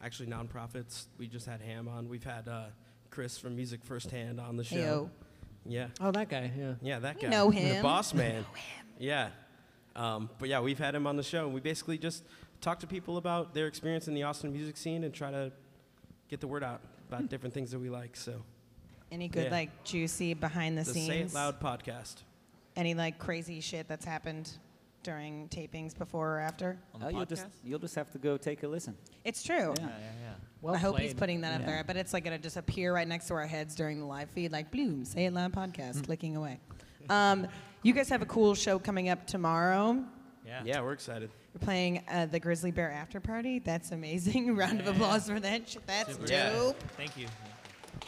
Speaker 7: actually nonprofits. We just had Ham on. We've had uh, Chris from Music Firsthand on the show.
Speaker 2: Heyo.
Speaker 7: Yeah.
Speaker 3: Oh, that guy. Yeah.
Speaker 7: Yeah, that
Speaker 2: We
Speaker 7: guy.
Speaker 2: know him.
Speaker 7: The boss man. Yeah. Um, but yeah, we've had him on the show. We basically just talk to people about their experience in the Austin music scene and try to get the word out
Speaker 2: Hmm.
Speaker 7: about different things that we like. So,
Speaker 2: Any good,
Speaker 7: Yeah.
Speaker 2: like, juicy behind the,
Speaker 7: the
Speaker 2: scenes?
Speaker 7: Say It Loud podcast.
Speaker 2: Any, like, crazy shit that's happened during tapings before or after?
Speaker 6: On the
Speaker 5: Uh,
Speaker 6: podcast?
Speaker 5: you'll just you'll just have to go take a listen.
Speaker 2: It's true.
Speaker 5: Yeah.
Speaker 6: yeah, yeah, yeah.
Speaker 3: Well
Speaker 2: I hope he's
Speaker 3: played.
Speaker 2: putting that up
Speaker 5: Yeah.
Speaker 2: there, but it's like gonna just appear right next to our heads during the live feed, like bloom, say it loud podcast,
Speaker 3: Mm.
Speaker 2: clicking away. Um, you guys have a cool show coming up tomorrow.
Speaker 6: Yeah.
Speaker 7: Yeah, we're excited.
Speaker 2: You're playing uh, the Grizzly Bear After Party. That's amazing. [laughs] Round of applause for that. shit. That's
Speaker 6: Super.
Speaker 2: dope.
Speaker 7: Yeah.
Speaker 6: Thank you.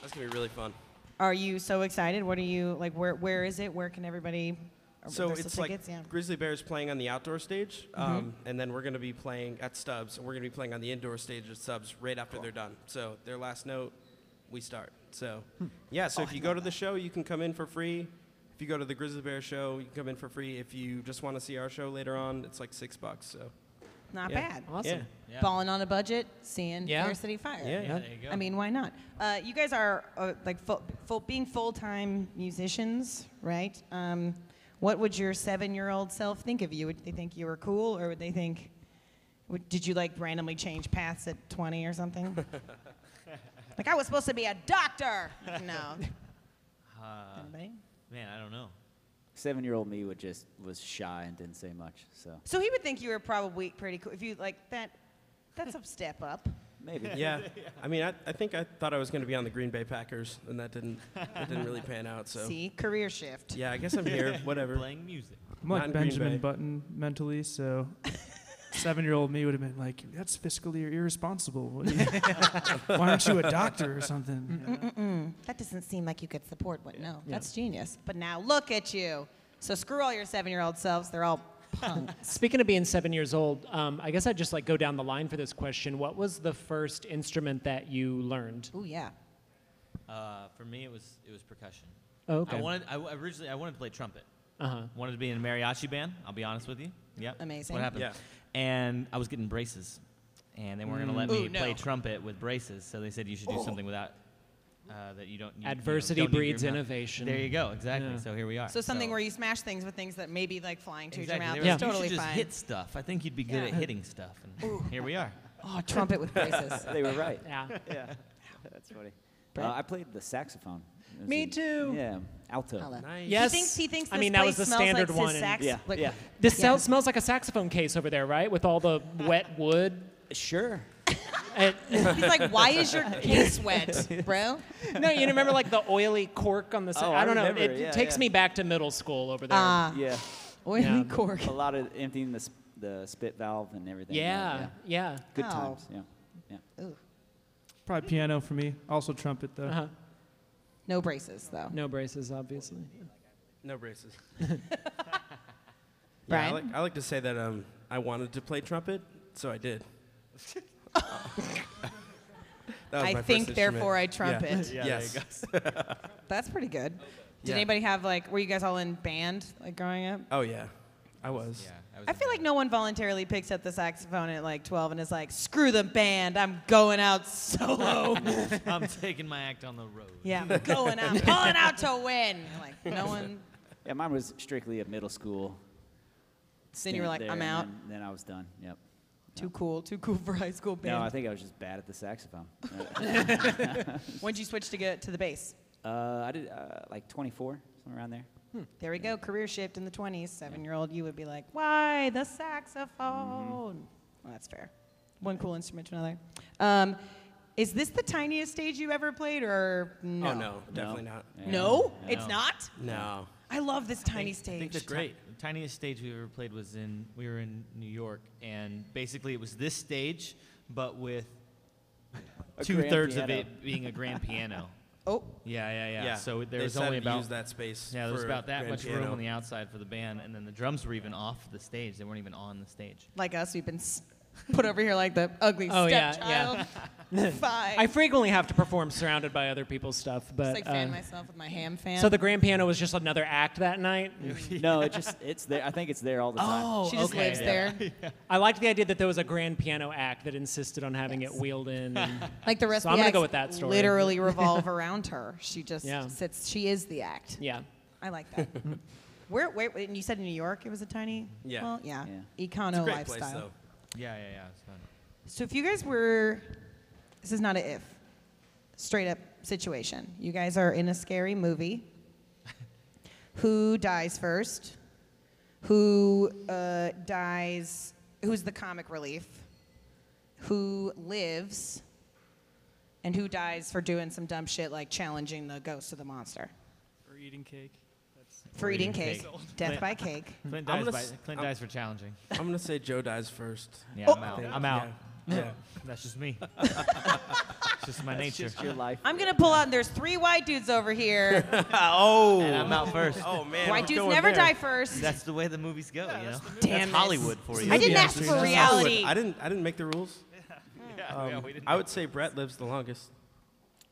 Speaker 7: That's going to be really fun.
Speaker 2: Are you so excited? What are you like? Where Where is it? Where can everybody? are
Speaker 7: So
Speaker 2: there still
Speaker 7: it's like
Speaker 2: tickets? yeah. Mm-hmm.
Speaker 7: Grizzly Bears playing on the outdoor stage, um, and then we're going to be playing at Stubbs, and we're going to be playing on the indoor stage at Stubbs right after they're done. So their last note, we start. So
Speaker 2: Hmm.
Speaker 7: yeah, so if you go to the show, you can come in for free. If you go to the Grizzly Bear show, you can come in for free. If you just want to see our show later on, it's like six bucks. So
Speaker 2: [laughs] Not
Speaker 7: yeah.
Speaker 2: bad.
Speaker 3: Awesome.
Speaker 7: yeah,
Speaker 6: Yeah.
Speaker 2: Balling on a budget, seeing
Speaker 3: Yeah.
Speaker 2: Fair City Fire.
Speaker 7: Yeah.
Speaker 6: Yeah, there you go.
Speaker 2: I mean, why not? Uh, you guys are uh, like full, full, being full-time musicians, right? Um, what would your seven-year-old self think of you? Would they think you were cool, or would they think? Would, did you like randomly change paths at 20 or something? like I was supposed to be a doctor. No.
Speaker 6: Uh,
Speaker 2: Anybody?
Speaker 6: man, I don't know.
Speaker 5: Seven-year-old me would just was shy and didn't say much. So
Speaker 2: So he would think you were probably pretty cool if you like that. That's a step up.
Speaker 5: maybe.
Speaker 7: yeah. I mean, I, I think I thought I was going to be on the Green Bay Packers, and that didn't that didn't really pan out. So
Speaker 2: See, career shift.
Speaker 7: yeah, I guess
Speaker 2: [laughs]
Speaker 7: I'm here. Whatever.
Speaker 6: Playing music.
Speaker 8: I'm
Speaker 7: Not in Green
Speaker 8: like
Speaker 7: Bay.
Speaker 8: Benjamin Button mentally, [laughs] so seven-year-old me would have been like, "That's fiscally [laughs] irresponsible. What do you- Why aren't you a doctor or something?" you know?
Speaker 2: That doesn't seem like you could support what. No, that's genius. But now look at you. So screw all your seven-year-old selves. They're all punks.
Speaker 3: [laughs] Speaking of being seven years old, um, I guess I'd just like go down the line for this question. What was the first instrument that you learned?
Speaker 2: Ooh yeah.
Speaker 6: Uh, for me, it was it was percussion.
Speaker 3: Oh, okay.
Speaker 6: I wanted I w- originally I wanted to play trumpet.
Speaker 3: uh huh.
Speaker 9: Wanted to be in a mariachi band. I'll be honest with you. Yep.
Speaker 2: Amazing.
Speaker 9: What happened?
Speaker 7: Yeah.
Speaker 9: And I was getting braces, and they weren't going to let
Speaker 2: Ooh,
Speaker 9: me
Speaker 2: no.
Speaker 9: play trumpet with braces. So they said you should do something without uh, that. You don't. You,
Speaker 3: Adversity
Speaker 9: you know, don't need your
Speaker 3: breeds
Speaker 9: mouth."
Speaker 3: innovation.
Speaker 9: There you go. Exactly.
Speaker 3: Yeah.
Speaker 9: So here we are.
Speaker 2: So something where you smash things with things that maybe like flying to
Speaker 9: exactly.
Speaker 2: your mouth
Speaker 9: They
Speaker 2: is
Speaker 9: were like,
Speaker 2: totally
Speaker 9: you should just
Speaker 2: fine.
Speaker 9: hit stuff. I think you'd be good
Speaker 2: Yeah.
Speaker 9: at hitting stuff. And here we are.
Speaker 2: Oh, trumpet with braces.
Speaker 5: they were right.
Speaker 3: Yeah.
Speaker 5: yeah, that's funny.
Speaker 2: Brett?
Speaker 5: Uh, I played the saxophone. It was
Speaker 3: Me
Speaker 5: in-
Speaker 3: too.
Speaker 5: Yeah, alto.
Speaker 2: Holla.
Speaker 7: Nice.
Speaker 2: [laughs]
Speaker 3: Yes.
Speaker 2: He thinks he thinks.
Speaker 3: I
Speaker 2: this
Speaker 3: mean, that was
Speaker 2: place
Speaker 3: the
Speaker 2: smells
Speaker 3: standard
Speaker 2: like
Speaker 3: one
Speaker 2: His
Speaker 3: and-
Speaker 2: sax,
Speaker 5: Yeah,
Speaker 2: like-
Speaker 5: yeah.
Speaker 3: This
Speaker 2: Yeah.
Speaker 3: cell smells like a saxophone case over there, right? With all the wet wood.
Speaker 5: Sure.
Speaker 3: And-
Speaker 2: [laughs]
Speaker 3: [laughs]
Speaker 2: He's like, why is your case wet, bro?
Speaker 3: no, you remember like the oily cork on the. Sa-
Speaker 5: Oh,
Speaker 3: I
Speaker 5: I
Speaker 3: don't know.
Speaker 5: remember.
Speaker 3: It
Speaker 5: Yeah,
Speaker 3: takes
Speaker 5: yeah.
Speaker 3: me back to middle school over there.
Speaker 2: Ah,
Speaker 5: Yeah,
Speaker 2: oily
Speaker 3: Yeah.
Speaker 2: cork.
Speaker 5: a lot of emptying the, sp- the spit valve and everything.
Speaker 3: yeah,
Speaker 5: yeah.
Speaker 3: yeah.
Speaker 5: Good
Speaker 2: Oh.
Speaker 5: times. Yeah.
Speaker 2: Ooh.
Speaker 8: Probably piano for me. Also trumpet though.
Speaker 3: Uh-huh.
Speaker 2: No braces though.
Speaker 3: No braces, obviously.
Speaker 7: No
Speaker 2: [laughs]
Speaker 7: braces. Yeah, I
Speaker 2: Brian?
Speaker 7: like, I like to say that um, I wanted to play trumpet, so
Speaker 2: [laughs]
Speaker 7: I did. That was
Speaker 2: Oh. I
Speaker 7: my first
Speaker 2: think,
Speaker 7: instrument.
Speaker 2: therefore, I
Speaker 7: [laughs] Yeah.
Speaker 2: trumpet.
Speaker 7: yes.
Speaker 2: That's pretty good. Did
Speaker 7: Yeah.
Speaker 2: anybody have like? Were you guys all in band like growing up?
Speaker 7: Oh yeah, I was.
Speaker 6: Yeah. was
Speaker 2: I
Speaker 6: in
Speaker 2: [laughs] feel like
Speaker 6: band.
Speaker 2: no one voluntarily picks up the saxophone at like 12 and is like, screw the band, I'm going out
Speaker 5: [laughs]
Speaker 2: solo.
Speaker 9: I'm taking my act on the road.
Speaker 2: yeah, I'm going out, pulling out to win. Like,
Speaker 5: [laughs]
Speaker 2: no one.
Speaker 5: Yeah, mine was strictly a middle school.
Speaker 2: Then you
Speaker 5: stint
Speaker 2: were like,
Speaker 5: there,
Speaker 2: I'm
Speaker 5: and
Speaker 2: out.
Speaker 5: Then, then I was done. Yep.
Speaker 2: Too cool, too cool for high school band.
Speaker 5: No, I think I was just bad at the saxophone. [laughs]
Speaker 2: When'd you switch to get to the bass?
Speaker 5: uh, I did uh, like 24, somewhere
Speaker 2: [laughs]
Speaker 5: around there.
Speaker 2: There we go, career shift
Speaker 5: Mm-hmm.
Speaker 2: in the 20s. Seven year old, you would be like, why the saxophone? Well, that's fair. One cool instrument to another. Um, is this the tiniest stage you ever played, or no?
Speaker 7: Oh no, definitely not.
Speaker 5: Yeah.
Speaker 2: No, it's not.
Speaker 7: No.
Speaker 2: I love this [laughs] tiny
Speaker 9: I
Speaker 2: stage.
Speaker 9: think the ti- the tiniest stage we ever played was in we were in New York, and basically it was this stage, but with
Speaker 5: A
Speaker 9: two thirds
Speaker 5: grand
Speaker 9: of
Speaker 5: piano.
Speaker 9: it being a grand piano.
Speaker 2: oh,
Speaker 9: Yeah, yeah, yeah. So there
Speaker 7: they
Speaker 9: was
Speaker 7: decided
Speaker 9: only
Speaker 7: to use
Speaker 9: about
Speaker 7: that space.
Speaker 9: yeah, there was
Speaker 7: for
Speaker 9: about that
Speaker 7: grand
Speaker 9: much
Speaker 7: piano.
Speaker 2: [laughs]
Speaker 9: room on the outside for the band, and then the drums were even off the stage; they weren't even on the stage.
Speaker 2: like us, we've been s- [laughs] put over here like the ugly
Speaker 3: Oh, yeah,
Speaker 2: stepchild.
Speaker 3: [laughs]
Speaker 2: Fine.
Speaker 3: I frequently have to perform surrounded by other people's stuff, but
Speaker 2: just like fan
Speaker 3: uh,
Speaker 2: myself with my ham fan.
Speaker 3: so the grand piano was just another act that night.
Speaker 5: no, it just it's there. I think it's there all the time.
Speaker 3: Oh,
Speaker 2: she just
Speaker 3: okay.
Speaker 2: lives
Speaker 3: [laughs]
Speaker 2: there,
Speaker 3: I liked the idea that there was a grand piano act that insisted on having it wheeled in. and-
Speaker 2: [laughs] like the rest
Speaker 3: So
Speaker 2: of
Speaker 3: I'm
Speaker 2: the
Speaker 3: gonna
Speaker 2: acts
Speaker 3: go with that story. [laughs]
Speaker 2: literally revolve around her. She just
Speaker 3: Yeah.
Speaker 2: sits. She is the act.
Speaker 3: yeah.
Speaker 2: I like
Speaker 3: [laughs]
Speaker 2: that. Where, where, and you said in New York it was a tiny?
Speaker 7: Yeah.
Speaker 2: Well, yeah.
Speaker 5: Yeah.
Speaker 2: Econo
Speaker 7: It's a great
Speaker 2: lifestyle.
Speaker 7: place though.
Speaker 9: Yeah, yeah, yeah. it's fun.
Speaker 2: So if you guys were, this is not a if, straight up situation. You guys are in a scary movie. Who dies first? Who uh, dies? Who's the comic relief? Who lives? And who dies for doing some dumb shit like challenging the ghost of the monster?
Speaker 8: Or eating cake.
Speaker 2: For eating, cake.
Speaker 9: cake.
Speaker 2: Death
Speaker 8: [laughs]
Speaker 2: by cake.
Speaker 9: Clint dies,
Speaker 7: I'm gonna
Speaker 9: by,
Speaker 7: s-
Speaker 9: Clint
Speaker 7: I'm-
Speaker 9: dies for challenging.
Speaker 7: I'm gonna say Joe
Speaker 9: [laughs]
Speaker 7: dies first.
Speaker 9: Yeah, I'm out. I'm out.
Speaker 7: Yeah. yeah.
Speaker 9: That's just me. it's just my nature.
Speaker 5: It's your life.
Speaker 2: I'm gonna pull out. There's three white dudes over
Speaker 8: [laughs]
Speaker 2: here.
Speaker 9: and I'm out first.
Speaker 7: Oh man.
Speaker 2: white dudes never die
Speaker 8: [laughs]
Speaker 2: first.
Speaker 9: That's the way the movies go, you know.
Speaker 2: Damn
Speaker 9: That's
Speaker 2: it.
Speaker 9: Hollywood for you.
Speaker 2: I didn't ask for reality.
Speaker 7: I didn't. I didn't make the rules.
Speaker 9: [laughs]
Speaker 7: Um,
Speaker 9: Yeah, yeah, we didn't-
Speaker 7: I would say Brett lives the longest.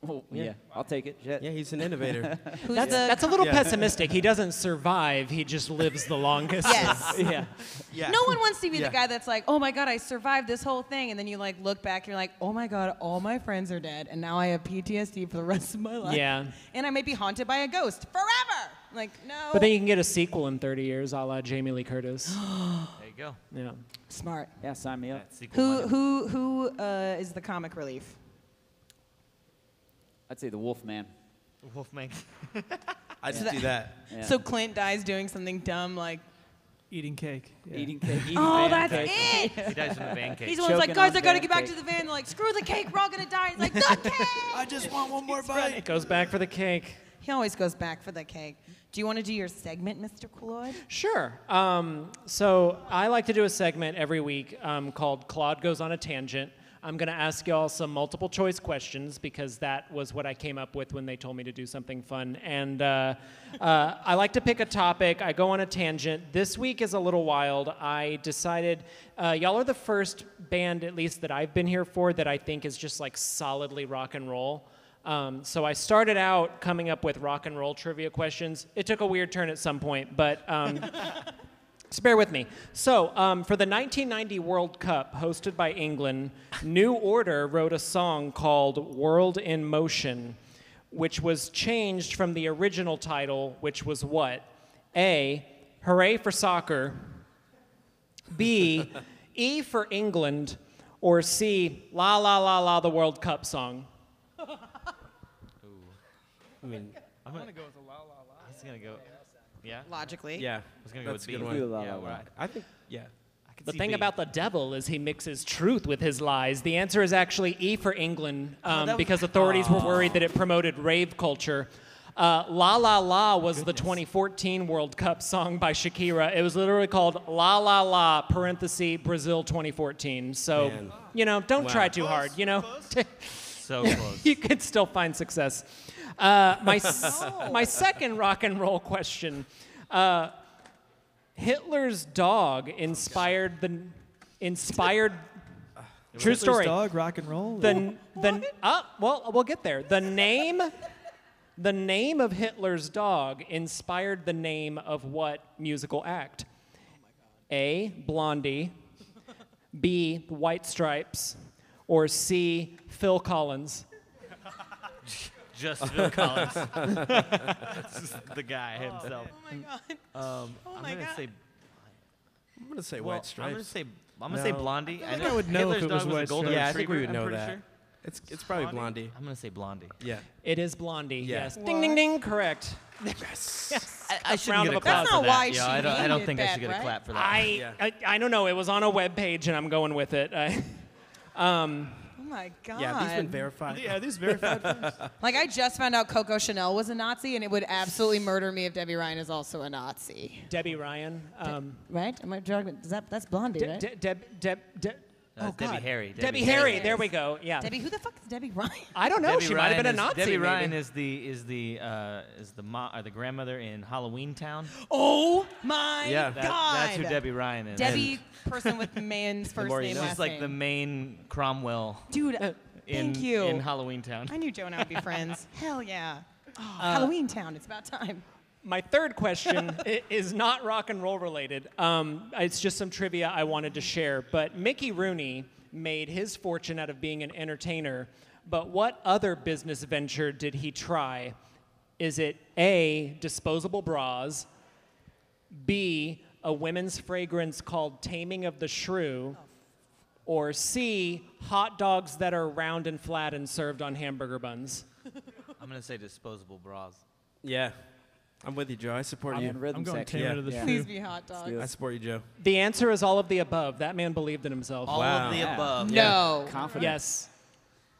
Speaker 5: Oh, yeah. I'll take it. Shit.
Speaker 7: Yeah, he's an innovator.
Speaker 9: [laughs]
Speaker 2: Who's
Speaker 3: That's,
Speaker 2: the
Speaker 3: that's a little
Speaker 7: Yeah.
Speaker 3: pessimistic. He doesn't survive. He just lives the longest.
Speaker 2: [laughs] yes?
Speaker 9: [laughs]
Speaker 3: [laughs]
Speaker 5: Yeah.
Speaker 7: yeah.
Speaker 2: No one wants to be
Speaker 7: Yeah.
Speaker 2: the guy that's like, oh my god, I survived this whole thing, and then you like look back and you're like, oh my god, all my friends are dead, and now I have PTSD for the [laughs] rest of my life.
Speaker 3: Yeah.
Speaker 2: And I may be haunted by a ghost forever. I'm Like no.
Speaker 3: But then you can get a sequel in 30 years, a la Jamie Lee Curtis.
Speaker 9: There you go.
Speaker 3: Yeah.
Speaker 2: smart.
Speaker 5: Yeah. Sign me up.
Speaker 9: That's sequel
Speaker 2: Who
Speaker 9: money.
Speaker 2: who who uh, is the comic relief?
Speaker 5: I'd say the Wolf Man.
Speaker 9: Wolfman.
Speaker 7: I just do that.
Speaker 5: Yeah.
Speaker 2: So Clint dies doing something dumb like,
Speaker 8: Eating cake. yeah.
Speaker 5: eating cake. Eating
Speaker 2: oh,
Speaker 5: fan
Speaker 2: that's
Speaker 5: cake.
Speaker 2: it. [laughs]
Speaker 9: He dies from a van
Speaker 3: [laughs]
Speaker 9: cake.
Speaker 2: He's the one who's like,
Speaker 5: Choking
Speaker 2: guys,
Speaker 5: on
Speaker 2: I gotta
Speaker 5: bad
Speaker 2: get back to
Speaker 5: cake.
Speaker 2: the van. They're like, screw the cake, we're all gonna die. He's like, the [laughs] cake.
Speaker 7: I just want one more
Speaker 3: It goes back for the cake.
Speaker 2: He always goes back for the cake. Do you want to do your segment, Mr. Cloyd?
Speaker 3: Sure. Um, so I like to do a segment every week um, called Claude Goes on a Tangent. I'm going to ask y'all some multiple choice questions because that was what I came up with when they told me to do something fun. And uh, uh, I like to pick a topic. I go on a tangent. This week is a little wild. I decided uh, y'all are the first band, at least that I've been here for, that I think is just like solidly rock and roll. Um, so I started out coming up with rock and roll trivia questions. It took a weird turn at some point, but um, just bear with me. So um, for the 1990 World Cup hosted by England, New Order wrote a song called "World in Motion," which was changed from the original title, which was what? A. Hooray for soccer. B. E for England. Or C. La la la la the World Cup song.
Speaker 9: I'm gonna go with the la la la. I was gonna go. Yeah.
Speaker 2: Logically.
Speaker 7: Yeah. I
Speaker 9: was gonna go
Speaker 7: That's
Speaker 9: with
Speaker 7: a
Speaker 9: B.
Speaker 7: good
Speaker 5: Ooh,
Speaker 7: one.
Speaker 5: la,
Speaker 9: Yeah,
Speaker 5: la, la.
Speaker 9: right.
Speaker 7: I think. Yeah.
Speaker 9: I could
Speaker 3: The
Speaker 9: see
Speaker 3: thing
Speaker 9: B.
Speaker 3: about the devil is he mixes truth with his lies. The answer is actually E for England
Speaker 9: Oh,
Speaker 3: um, because authorities were worried that it promoted rave culture. Uh, La La La was the 2014 World Cup song by Shakira. It was literally called La La La parenthesis Brazil 2014. So
Speaker 7: Man.
Speaker 3: you know, don't
Speaker 9: Wow.
Speaker 3: try too hard. You know, [laughs]
Speaker 9: so close.
Speaker 3: you could still find success. Uh,
Speaker 9: [laughs]
Speaker 3: my, s- my second rock and roll question uh, Hitler's dog inspired the. Inspired. True
Speaker 8: Hitler's
Speaker 3: story.
Speaker 8: Dog, rock and roll.
Speaker 3: The, the, uh, well, we'll get there. The name. The name of Hitler's dog inspired the name of what musical act? A. Blondie. B. The White Stripes. Or C. Phil Collins.
Speaker 9: Just Phil
Speaker 3: [laughs]
Speaker 9: Collins. This is the guy himself.
Speaker 2: Oh my god.
Speaker 9: Um, I'm
Speaker 2: my
Speaker 9: gonna
Speaker 2: God.
Speaker 9: say.
Speaker 7: I'm gonna say
Speaker 9: Well,
Speaker 7: White
Speaker 9: I'm gonna
Speaker 7: Stripes.
Speaker 9: say. I'm gonna say
Speaker 7: No.
Speaker 9: Blondie. I,
Speaker 8: like I would know
Speaker 9: Hitler's
Speaker 8: if it
Speaker 9: dog
Speaker 8: was
Speaker 9: was a
Speaker 8: White
Speaker 9: golden
Speaker 8: Stripes.
Speaker 7: yeah, I think
Speaker 9: retriever,
Speaker 7: we would
Speaker 9: I'm
Speaker 7: know
Speaker 9: pretty
Speaker 7: that.
Speaker 9: sure.
Speaker 7: It's it's probably Blondie.
Speaker 9: I'm gonna say Blondie.
Speaker 7: Yeah.
Speaker 3: It is Blondie.
Speaker 7: Yeah.
Speaker 3: Yes. Ding, ding, ding. Correct.
Speaker 9: I, I shouldn't
Speaker 3: round of
Speaker 9: get a
Speaker 2: for
Speaker 3: applause
Speaker 9: clap for
Speaker 2: That's not why
Speaker 9: that.
Speaker 2: she
Speaker 9: Yeah, I don't, I don't
Speaker 2: needed
Speaker 9: think I
Speaker 2: that,
Speaker 8: Ah,
Speaker 9: should get
Speaker 2: right?
Speaker 9: a clap for that.
Speaker 3: I,
Speaker 7: Yeah.
Speaker 3: I I don't know. It Uh, was on a web page, and I'm going with it. I, Um,
Speaker 2: Oh my god.
Speaker 7: Yeah, these been verified.
Speaker 9: Yeah, these verified.
Speaker 2: Like I just found out Coco Chanel was a Nazi, and it would
Speaker 9: [laughs]
Speaker 2: absolutely murder me if Debbie Ryan is also a Nazi.
Speaker 3: [laughs] Debbie Ryan. Um,
Speaker 2: Right? Am I talking? Does that that's Blondie,
Speaker 3: De-
Speaker 2: right?
Speaker 3: De- Deb, Deb, Deb,
Speaker 9: Uh,
Speaker 3: oh,
Speaker 9: Debbie
Speaker 3: God.
Speaker 9: Harry,
Speaker 3: Debbie,
Speaker 9: Debbie
Speaker 3: Harry.
Speaker 2: Harry.
Speaker 3: There we go. Yeah.
Speaker 2: Debbie, who the fuck is Debbie
Speaker 9: [laughs]
Speaker 2: Ryan?
Speaker 3: I don't know.
Speaker 9: Debbie
Speaker 3: she might have
Speaker 9: Ryan
Speaker 3: been a
Speaker 9: is-
Speaker 3: Nazi.
Speaker 9: Debbie
Speaker 3: maybe.
Speaker 9: Ryan is the is the uh, is the mo- or the grandmother in Halloween Town.
Speaker 2: Oh my
Speaker 9: yeah,
Speaker 2: god.
Speaker 9: that- that's who Debbie Ryan is.
Speaker 2: Debbie, person with man's first
Speaker 9: Lori,
Speaker 2: name,
Speaker 9: she's
Speaker 2: last
Speaker 9: like
Speaker 2: name.
Speaker 9: the main Cromwell
Speaker 2: Dude,
Speaker 9: in
Speaker 2: thank you.
Speaker 9: in Halloween Town.
Speaker 2: I knew Joe and I would be
Speaker 9: [laughs]
Speaker 2: friends. Hell yeah. Oh,
Speaker 9: Uh,
Speaker 2: Halloween Town. It's about time.
Speaker 3: My third question [laughs] i- is not rock and roll related. Um, it's just some trivia I wanted to share. But Mickey Rooney made his fortune out of being an entertainer. But what other business venture did he try? Is it A, disposable bras, B, a women's fragrance called Taming of the Shrew, or C, hot dogs that are round and flat and served on hamburger buns?
Speaker 9: I'm gonna say disposable bras.
Speaker 7: Yeah. I'm with you, Joe. I support
Speaker 5: I'm
Speaker 7: you.
Speaker 5: in rhythm
Speaker 8: I'm going
Speaker 5: section.
Speaker 8: tame
Speaker 7: yeah,
Speaker 8: out of the
Speaker 5: yeah.
Speaker 8: shoe.
Speaker 2: Please be hot dog.
Speaker 7: I support you, Joe.
Speaker 3: The answer is all of the above. That man believed in himself.
Speaker 9: All
Speaker 7: Wow.
Speaker 9: of the
Speaker 5: Yeah.
Speaker 9: above.
Speaker 2: No.
Speaker 5: Confident.
Speaker 3: Yes.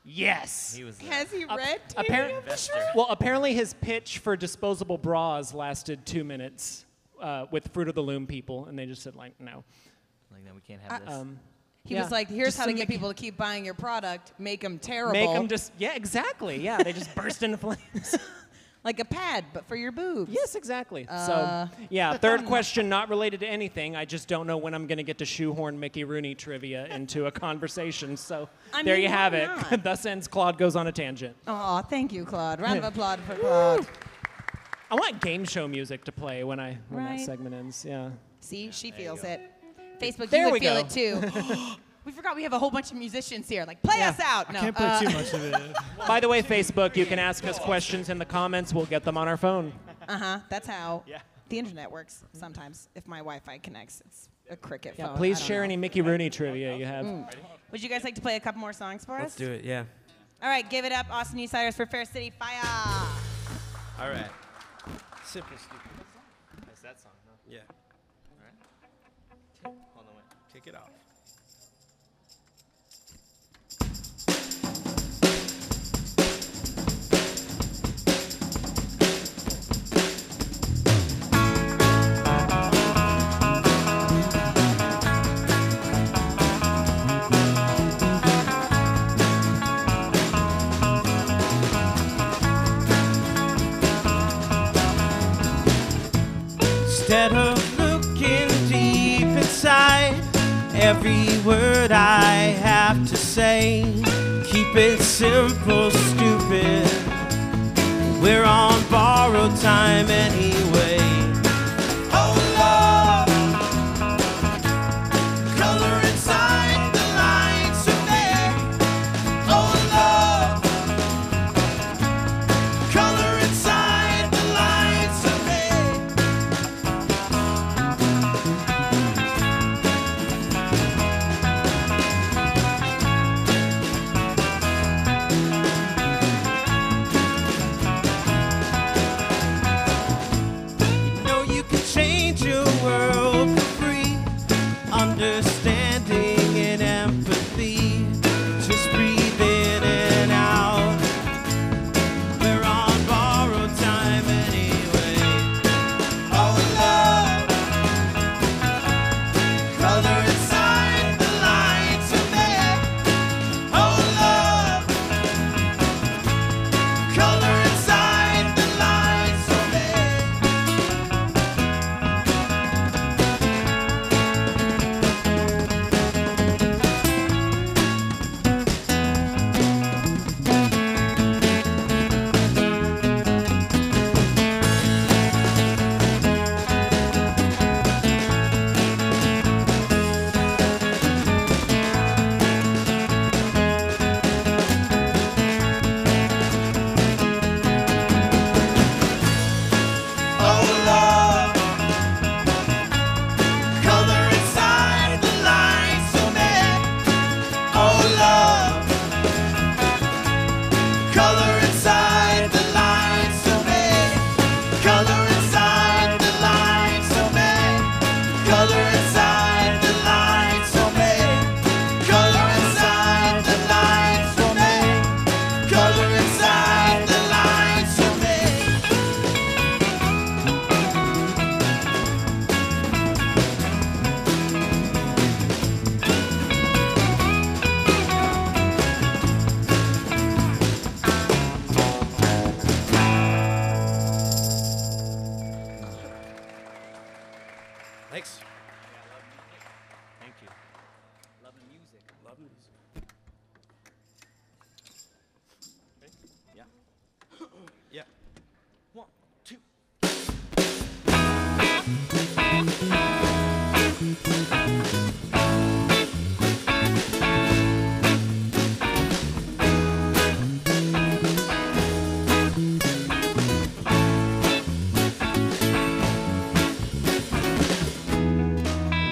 Speaker 3: Yes.
Speaker 9: He was the
Speaker 2: Has he read?
Speaker 3: Apparent-
Speaker 2: Taming of the Shrew?
Speaker 3: well, apparently his pitch for disposable bras lasted two minutes uh, with Fruit of the Loom people, and they just said like, no.
Speaker 9: like no, we can't have this.
Speaker 3: Um,
Speaker 2: He
Speaker 3: yeah.
Speaker 2: was like, "Here's
Speaker 3: Just
Speaker 2: how to
Speaker 3: some
Speaker 2: get
Speaker 3: Mickey-
Speaker 2: people to keep buying your product. Make them terrible.
Speaker 3: Make them just yeah, exactly. Yeah, they just burst into
Speaker 2: [laughs]
Speaker 3: flames.
Speaker 2: like a pad, but for your boobs."
Speaker 3: yes, exactly.
Speaker 2: Uh,
Speaker 3: [laughs] so yeah, third question, not related to anything. I just don't know when I'm gonna get to shoehorn Mickey Rooney trivia into a conversation. So
Speaker 2: [laughs] I
Speaker 3: there
Speaker 2: mean,
Speaker 3: you
Speaker 2: why
Speaker 3: have
Speaker 2: not?
Speaker 3: it. [laughs] Thus ends Claude goes on a tangent.
Speaker 2: Aw, thank you, Claude. Round of applause for Claude.
Speaker 3: I want game show music to play when I when
Speaker 2: Right.
Speaker 3: that segment ends. Yeah.
Speaker 2: See, she feels it. Facebook, you
Speaker 3: There we
Speaker 2: would feel
Speaker 3: go.
Speaker 2: it too.
Speaker 3: [gasps]
Speaker 2: [gasps] we forgot we have a whole bunch of musicians here. Like, play us out. No,
Speaker 8: Can't play
Speaker 2: uh,
Speaker 8: too much of it.
Speaker 3: By the way, Facebook, you can ask us questions in the comments. We'll get them on our phone.
Speaker 2: uh-huh. [laughs] That's how the internet works sometimes. If my Wi-Fi connects, it's a cricket phone. I
Speaker 3: Please
Speaker 2: don't
Speaker 3: share
Speaker 2: know. Mm.
Speaker 3: any Mickey Rooney trivia you have.
Speaker 2: Would you guys like to play a couple more songs for
Speaker 7: Let's
Speaker 2: us?
Speaker 7: do it. Yeah.
Speaker 2: All right, give it up, Austin Eastsiders for Fair City Fire.
Speaker 5: All right.
Speaker 7: Simple, stupid.
Speaker 9: That's that song. Huh?
Speaker 7: Yeah.
Speaker 9: Hold on, wait.
Speaker 7: Kick it off.
Speaker 4: Instead of looking deep inside every word I have to say, keep it simple, stupid. We're on borrowed time anyway. Oh, love, color inside the lines of there. Oh, love, color inside the lines of there.
Speaker 7: Oh, [coughs]
Speaker 10: Yeah.
Speaker 11: One, two.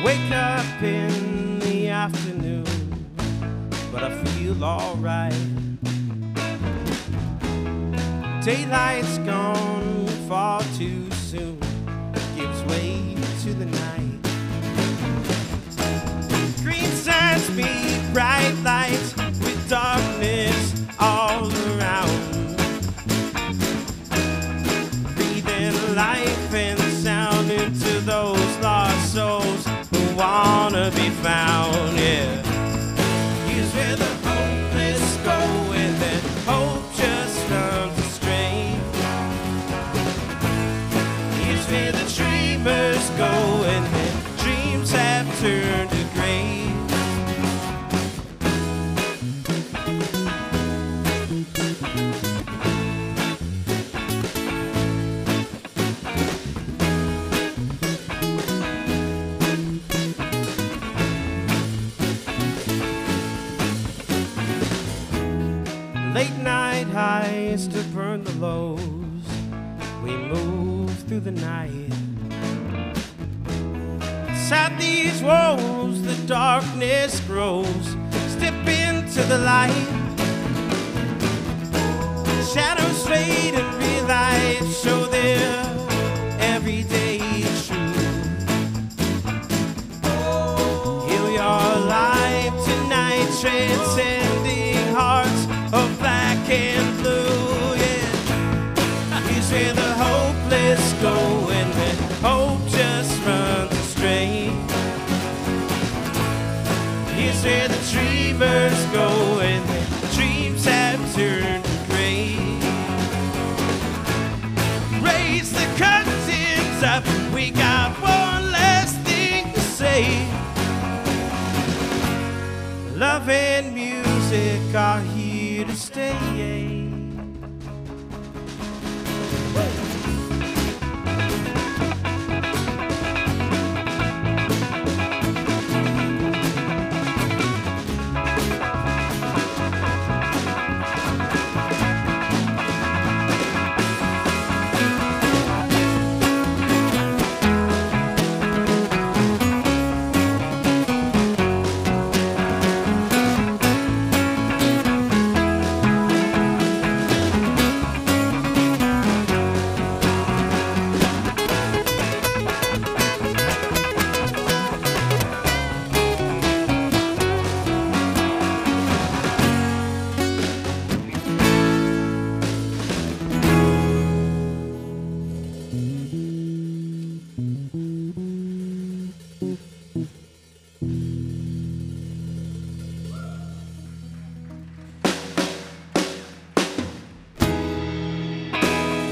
Speaker 7: Wake up in the afternoon, but I feel alright. Daylight's gone far too soon, gives way to the night. Green signs meet bright lights with darkness all around. breathing life and sound into those lost souls who wanna be found. Yeah, here's where the hopeless go, and then hope just runs astray. Here's where the dreamers go, and then dreams have turned to gray. Late night highs to burn the lows. We move through the night. Inside these walls, the darkness grows. Step into the light. Shadows fade and real lights show their everyday truth. Heal your life tonight, transcending hearts of black and blue. Yeah, here's where the hopeless go, and the hope just runs astray. Here's where the dreamers go, and the dreams have turned gray. Raise the curtains up, we got one last thing to say. Love and music are here to stay.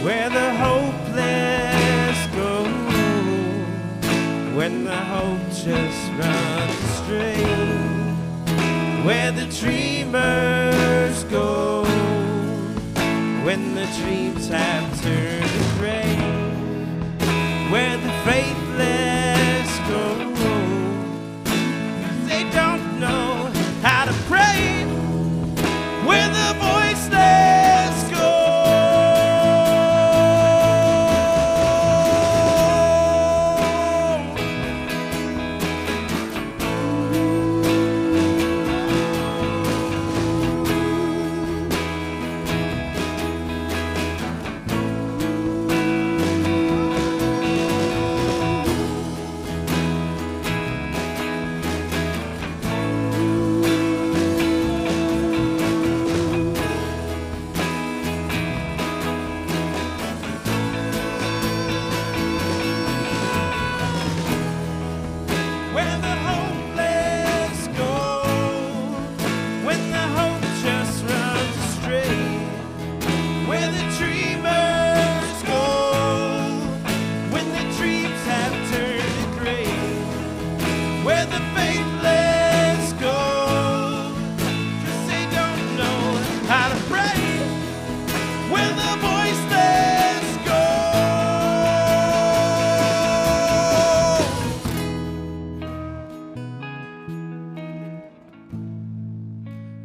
Speaker 7: Where the hopeless go, when the hope just runs astray. Where the dreamers go, when the dreams have turned to gray. Where the faithless go, they don't know how to pray. Where the voiceless go.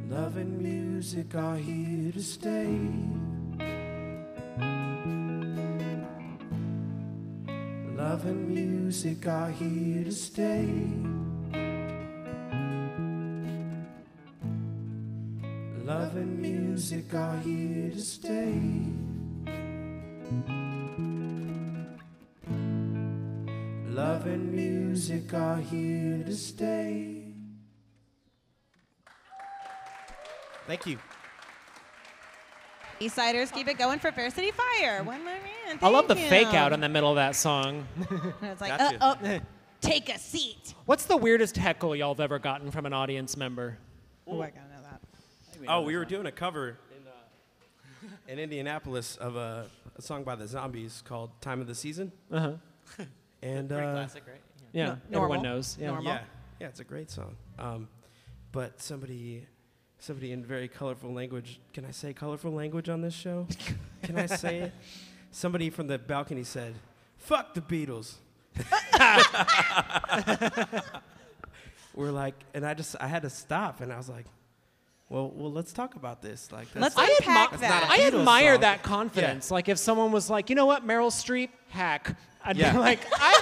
Speaker 4: Love and music are here to stay. Love and music are here to stay. Love and music are here to stay. Love and music are here to stay.
Speaker 9: Thank you.
Speaker 2: Eastsiders, keep it going for Fair City Fire. One more man.
Speaker 3: I love the
Speaker 2: Thank you.
Speaker 3: fake out in the middle of that song.
Speaker 2: And it's like,
Speaker 4: Gotcha.
Speaker 2: uh, oh, take a seat.
Speaker 3: What's the weirdest heckle y'all have ever gotten from an audience member?
Speaker 2: Oh, I gotta know that.
Speaker 7: Oh, we were doing a cover in, uh, in Indianapolis of a, a song by the Zombies called "Time of the Season,"
Speaker 3: Uh-huh.
Speaker 7: [laughs] and
Speaker 9: Pretty
Speaker 7: uh,
Speaker 9: classic, right? Yeah.
Speaker 3: Yeah,
Speaker 2: No-
Speaker 3: everyone
Speaker 2: normal.
Speaker 3: knows. Yeah.
Speaker 2: Normal.
Speaker 7: yeah, yeah, it's a great song. Um, but somebody, somebody in very colorful language. Can I say colorful language on this show? can I say [laughs] it? Somebody from the balcony said, "Fuck the [laughs] Beatles." we're like, and I just, I had to stop, and I was like, "Well, well, let's talk about this." Like,
Speaker 2: Let's
Speaker 7: that's
Speaker 3: I admi-
Speaker 2: unpack
Speaker 7: That's
Speaker 2: that.
Speaker 7: not a-
Speaker 3: I
Speaker 7: Beatles
Speaker 3: admire
Speaker 7: song.
Speaker 3: that confidence. Like if someone was like, you know what, Meryl Streep, hack. I'd
Speaker 7: Yeah.
Speaker 3: be like, I,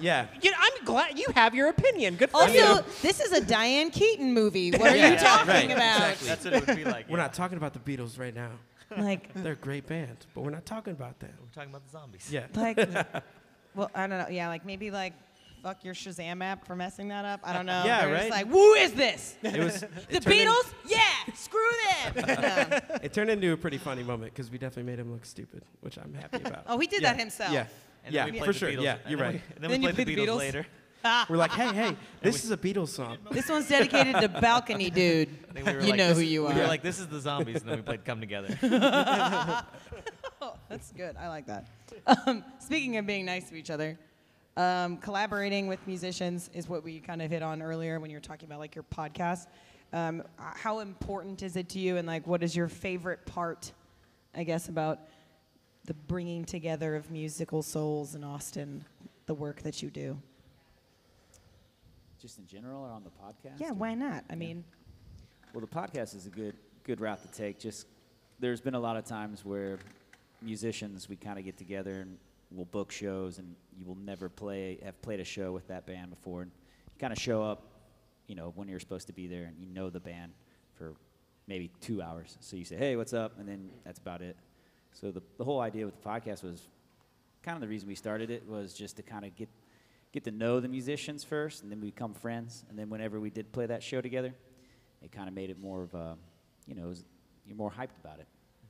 Speaker 7: yeah.
Speaker 3: you know, I'm glad you have your opinion. Good for
Speaker 2: also,
Speaker 3: you.
Speaker 2: this is a Diane Keaton movie. What are you
Speaker 7: Yeah,
Speaker 2: talking
Speaker 7: right,
Speaker 2: about?
Speaker 9: That's what it would be like.
Speaker 7: We're
Speaker 9: yeah.
Speaker 7: not talking about the Beatles right now.
Speaker 2: Like,
Speaker 7: They're a great band, but we're not talking about them.
Speaker 9: We're talking about the zombies.
Speaker 7: [laughs] Yeah.
Speaker 2: like, well, I don't know. Yeah, like maybe like, fuck your Shazam app for messing that up. I don't know.
Speaker 7: Yeah,
Speaker 2: They're just
Speaker 7: right?
Speaker 2: like, who is this?
Speaker 7: It was
Speaker 2: The Beatles? yeah, screw them. Um, No.
Speaker 7: It turned into a pretty funny moment because we definitely made him look stupid, which I'm happy about.
Speaker 2: [laughs] Oh, he did
Speaker 7: Yeah,
Speaker 2: that himself.
Speaker 7: Yeah.
Speaker 9: And
Speaker 7: yeah,
Speaker 9: then we played
Speaker 7: for
Speaker 9: the
Speaker 7: sure.
Speaker 9: Beatles.
Speaker 7: Yeah,
Speaker 9: and
Speaker 7: you're
Speaker 9: then we-
Speaker 7: right.
Speaker 9: And then, we played, the Beatles, later.
Speaker 7: We're like,
Speaker 2: [laughs]
Speaker 7: hey, hey, this is a Beatles song.
Speaker 2: This one's dedicated to Balcony Dude.
Speaker 9: Then we were
Speaker 2: you
Speaker 9: like,
Speaker 2: know
Speaker 9: this-
Speaker 2: who you
Speaker 9: we
Speaker 2: are.
Speaker 9: were like, this is the zombies, and then we played
Speaker 2: [laughs]
Speaker 9: Come Together.
Speaker 2: Oh, that's good. I like that. [laughs] Um, speaking of being nice to each other, um, collaborating with musicians is what we kind of hit on earlier when you were talking about like your podcast. Um, h- how important is it to you, and like, what is your favorite part, I guess, about the bringing together of musical souls in Austin, the work that you do?
Speaker 5: Just in general or on the podcast?
Speaker 2: Yeah,
Speaker 5: or-
Speaker 2: why not? I mean,
Speaker 5: Well, the podcast is a good good route to take. Just there's been a lot of times where musicians we kind of get together and we'll book shows, and you will never play have played a show with that band before, and you kind of show up, you know, when you're supposed to be there, and you know the band for maybe two hours. So you say, "Hey, what's up?" and then that's about it. So the the whole idea with the podcast was kind of the reason we started it was just to kind of get get to know the musicians first, and then we become friends. And then whenever we did play that show together, it kind of made it more of a, you know, it was, you're more hyped about it.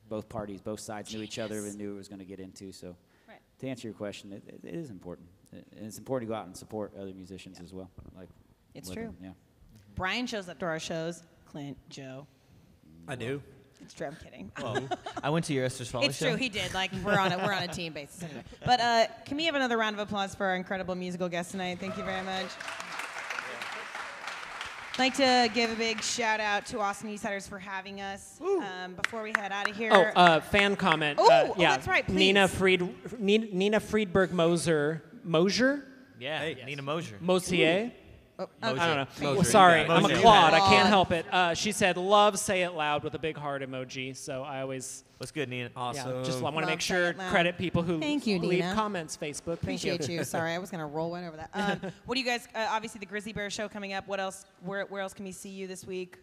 Speaker 5: Both parties, both sides knew each other and knew it was going to get into. So,
Speaker 2: Right.
Speaker 5: to answer your question, it, it, it is important, and it's important to go out and support other musicians as well. Like,
Speaker 2: It's
Speaker 5: let
Speaker 2: true.
Speaker 5: them- yeah.
Speaker 2: Brian shows up to our shows. Clint, Joe.
Speaker 7: I do.
Speaker 2: It's true. I'm kidding.
Speaker 9: I went to your Esther's Folly
Speaker 2: It's true, he did. Like we're on a we're on a team basis
Speaker 3: [laughs]
Speaker 2: anyway. But uh, can we have another round of applause for our incredible musical guest tonight? Thank you very much. I'd like to give a big shout out to Austin Eastsiders for having us. Um, before we head out of here,
Speaker 3: Oh, uh, fan comment.
Speaker 2: Oh,
Speaker 3: uh,
Speaker 2: oh,
Speaker 3: yeah.
Speaker 2: that's right,
Speaker 3: Nina
Speaker 2: please.
Speaker 3: Fried, Nina, Nina Friedberg Moser, Mosier,
Speaker 9: Yeah, Nina Mosier.
Speaker 3: Mosier.
Speaker 2: oh,
Speaker 3: I don't know.
Speaker 9: Mosier.
Speaker 3: Well, sorry,
Speaker 9: Yeah,
Speaker 3: I'm a
Speaker 9: Mosier.
Speaker 3: clod. I
Speaker 2: Clod.
Speaker 3: can't help it. Uh, she said, "Love, say it loud" with a big heart emoji. So I always
Speaker 9: What's good, Nina?
Speaker 3: yeah, just want to
Speaker 2: Love,
Speaker 3: make
Speaker 2: say
Speaker 3: sure
Speaker 2: it loud.
Speaker 3: credit people who
Speaker 2: Thank you,
Speaker 3: leave
Speaker 2: Nina.
Speaker 3: comments. Facebook, Thank you. [laughs]
Speaker 2: appreciate you. Sorry, I was gonna roll one over that. Um, what do you guys? Uh, obviously, the Grizzly Bear show coming up. What else? Where where else can we see you this week?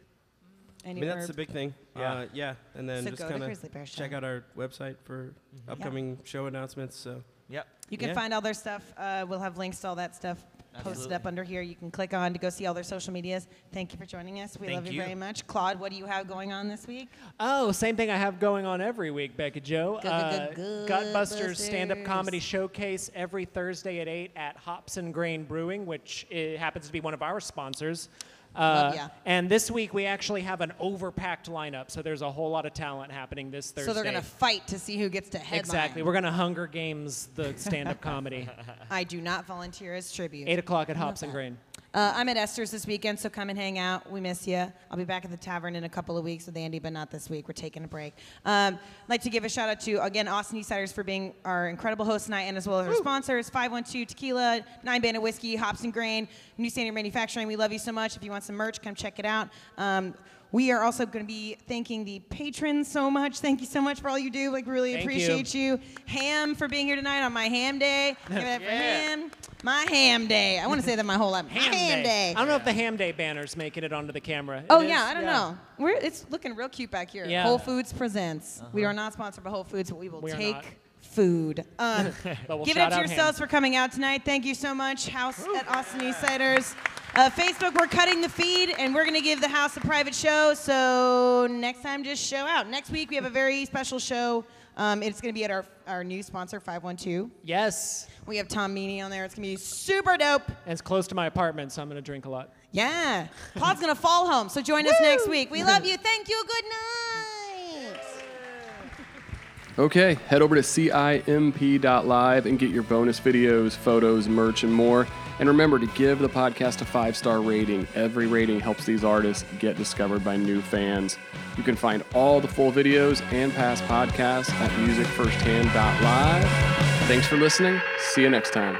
Speaker 7: I
Speaker 2: Anywhere?
Speaker 7: mean, that's the big thing.
Speaker 9: Yeah.
Speaker 7: Uh, yeah. And then
Speaker 2: So go
Speaker 7: just
Speaker 2: to
Speaker 7: kind
Speaker 2: Grizzly Bear
Speaker 7: of
Speaker 2: Show. Mm-hmm.
Speaker 7: check out our website for upcoming show announcements. So
Speaker 9: Yep.
Speaker 2: You can
Speaker 7: Yeah.
Speaker 2: find all their stuff. Uh, we'll have links to all that stuff posted
Speaker 9: Absolutely.
Speaker 2: up under here. You can click on to go see all their social medias. Thank you for joining us. We love
Speaker 9: Thank
Speaker 2: you,
Speaker 9: you.
Speaker 2: very much. Claude, what do you have going on this week?
Speaker 3: Oh, same thing I have going on every week, Becca Joe.
Speaker 2: Good, good, good, good
Speaker 3: Gutbusters stand-up comedy
Speaker 2: busters.
Speaker 3: showcase every Thursday at eight at Hops and Grain Brewing, which uh happens to be one of our sponsors. Uh,
Speaker 2: Love ya.
Speaker 3: and this week we actually have an overpacked lineup, so there's a whole lot of talent happening this Thursday.
Speaker 2: So they're going to fight to see who gets to headline.
Speaker 3: exactly. We're gonna Hunger Games the stand-up comedy,
Speaker 2: [laughs] I do not volunteer as tribute.
Speaker 3: eight o'clock at
Speaker 2: Love
Speaker 3: Hops and
Speaker 2: that.
Speaker 3: Grain.
Speaker 2: Uh, I'm at Esther's this weekend, so come and hang out. We miss you. I'll be back at the tavern in a couple of weeks with Andy, but not this week. We're taking a break. Um, I'd like to give a shout out to, again, Austin Eastsiders for being our incredible host tonight and as well as our sponsors 512 Tequila, Nine Band of Whiskey, Hops and Grain, New Standard Manufacturing. We love you so much. If you want some merch, come check it out. Um, we are also going to be thanking the patrons so much. Thank you so much for all you do. Like, really
Speaker 3: Thank you.
Speaker 2: appreciate you. Ham for being here tonight on my ham day. Give it up
Speaker 3: [laughs]
Speaker 2: for ham. My ham day. I want to say that my whole life.
Speaker 3: Ham, day. I don't know if the ham day banner's making it onto the camera. It
Speaker 2: Oh
Speaker 3: is?
Speaker 2: yeah, I don't know. We're it's looking real cute back here.
Speaker 3: Yeah. Uh-huh.
Speaker 2: Whole Foods presents. We are not sponsored by Whole Foods, but we will
Speaker 3: We are
Speaker 2: take
Speaker 3: not. [laughs]
Speaker 2: food. Um,
Speaker 3: But we'll
Speaker 2: give it up
Speaker 3: shout
Speaker 2: to
Speaker 3: out ham.
Speaker 2: yourselves for coming out tonight. Thank you so much, House at Austin Eastsiders. Uh, Facebook, we're cutting the feed, and we're going to give the house a private show. So next time, just show out. Next week, we have a very special show. Um, it's going to be at our our new sponsor, 512.
Speaker 3: Yes.
Speaker 2: We have Tom Meany on there. It's going to be super dope.
Speaker 3: And it's close to my apartment, so I'm going to drink a lot.
Speaker 2: Yeah. Paul's going to fall home. So join us next week. We love you. Thank you. Good night.
Speaker 1: Okay, head over to CIMP.live and get your bonus videos, photos, merch, and more. And remember to give the podcast a five star rating. Every rating helps these artists get discovered by new fans. You can find all the full videos and past podcasts at musicfirsthand.live. Thanks for listening. See you next time.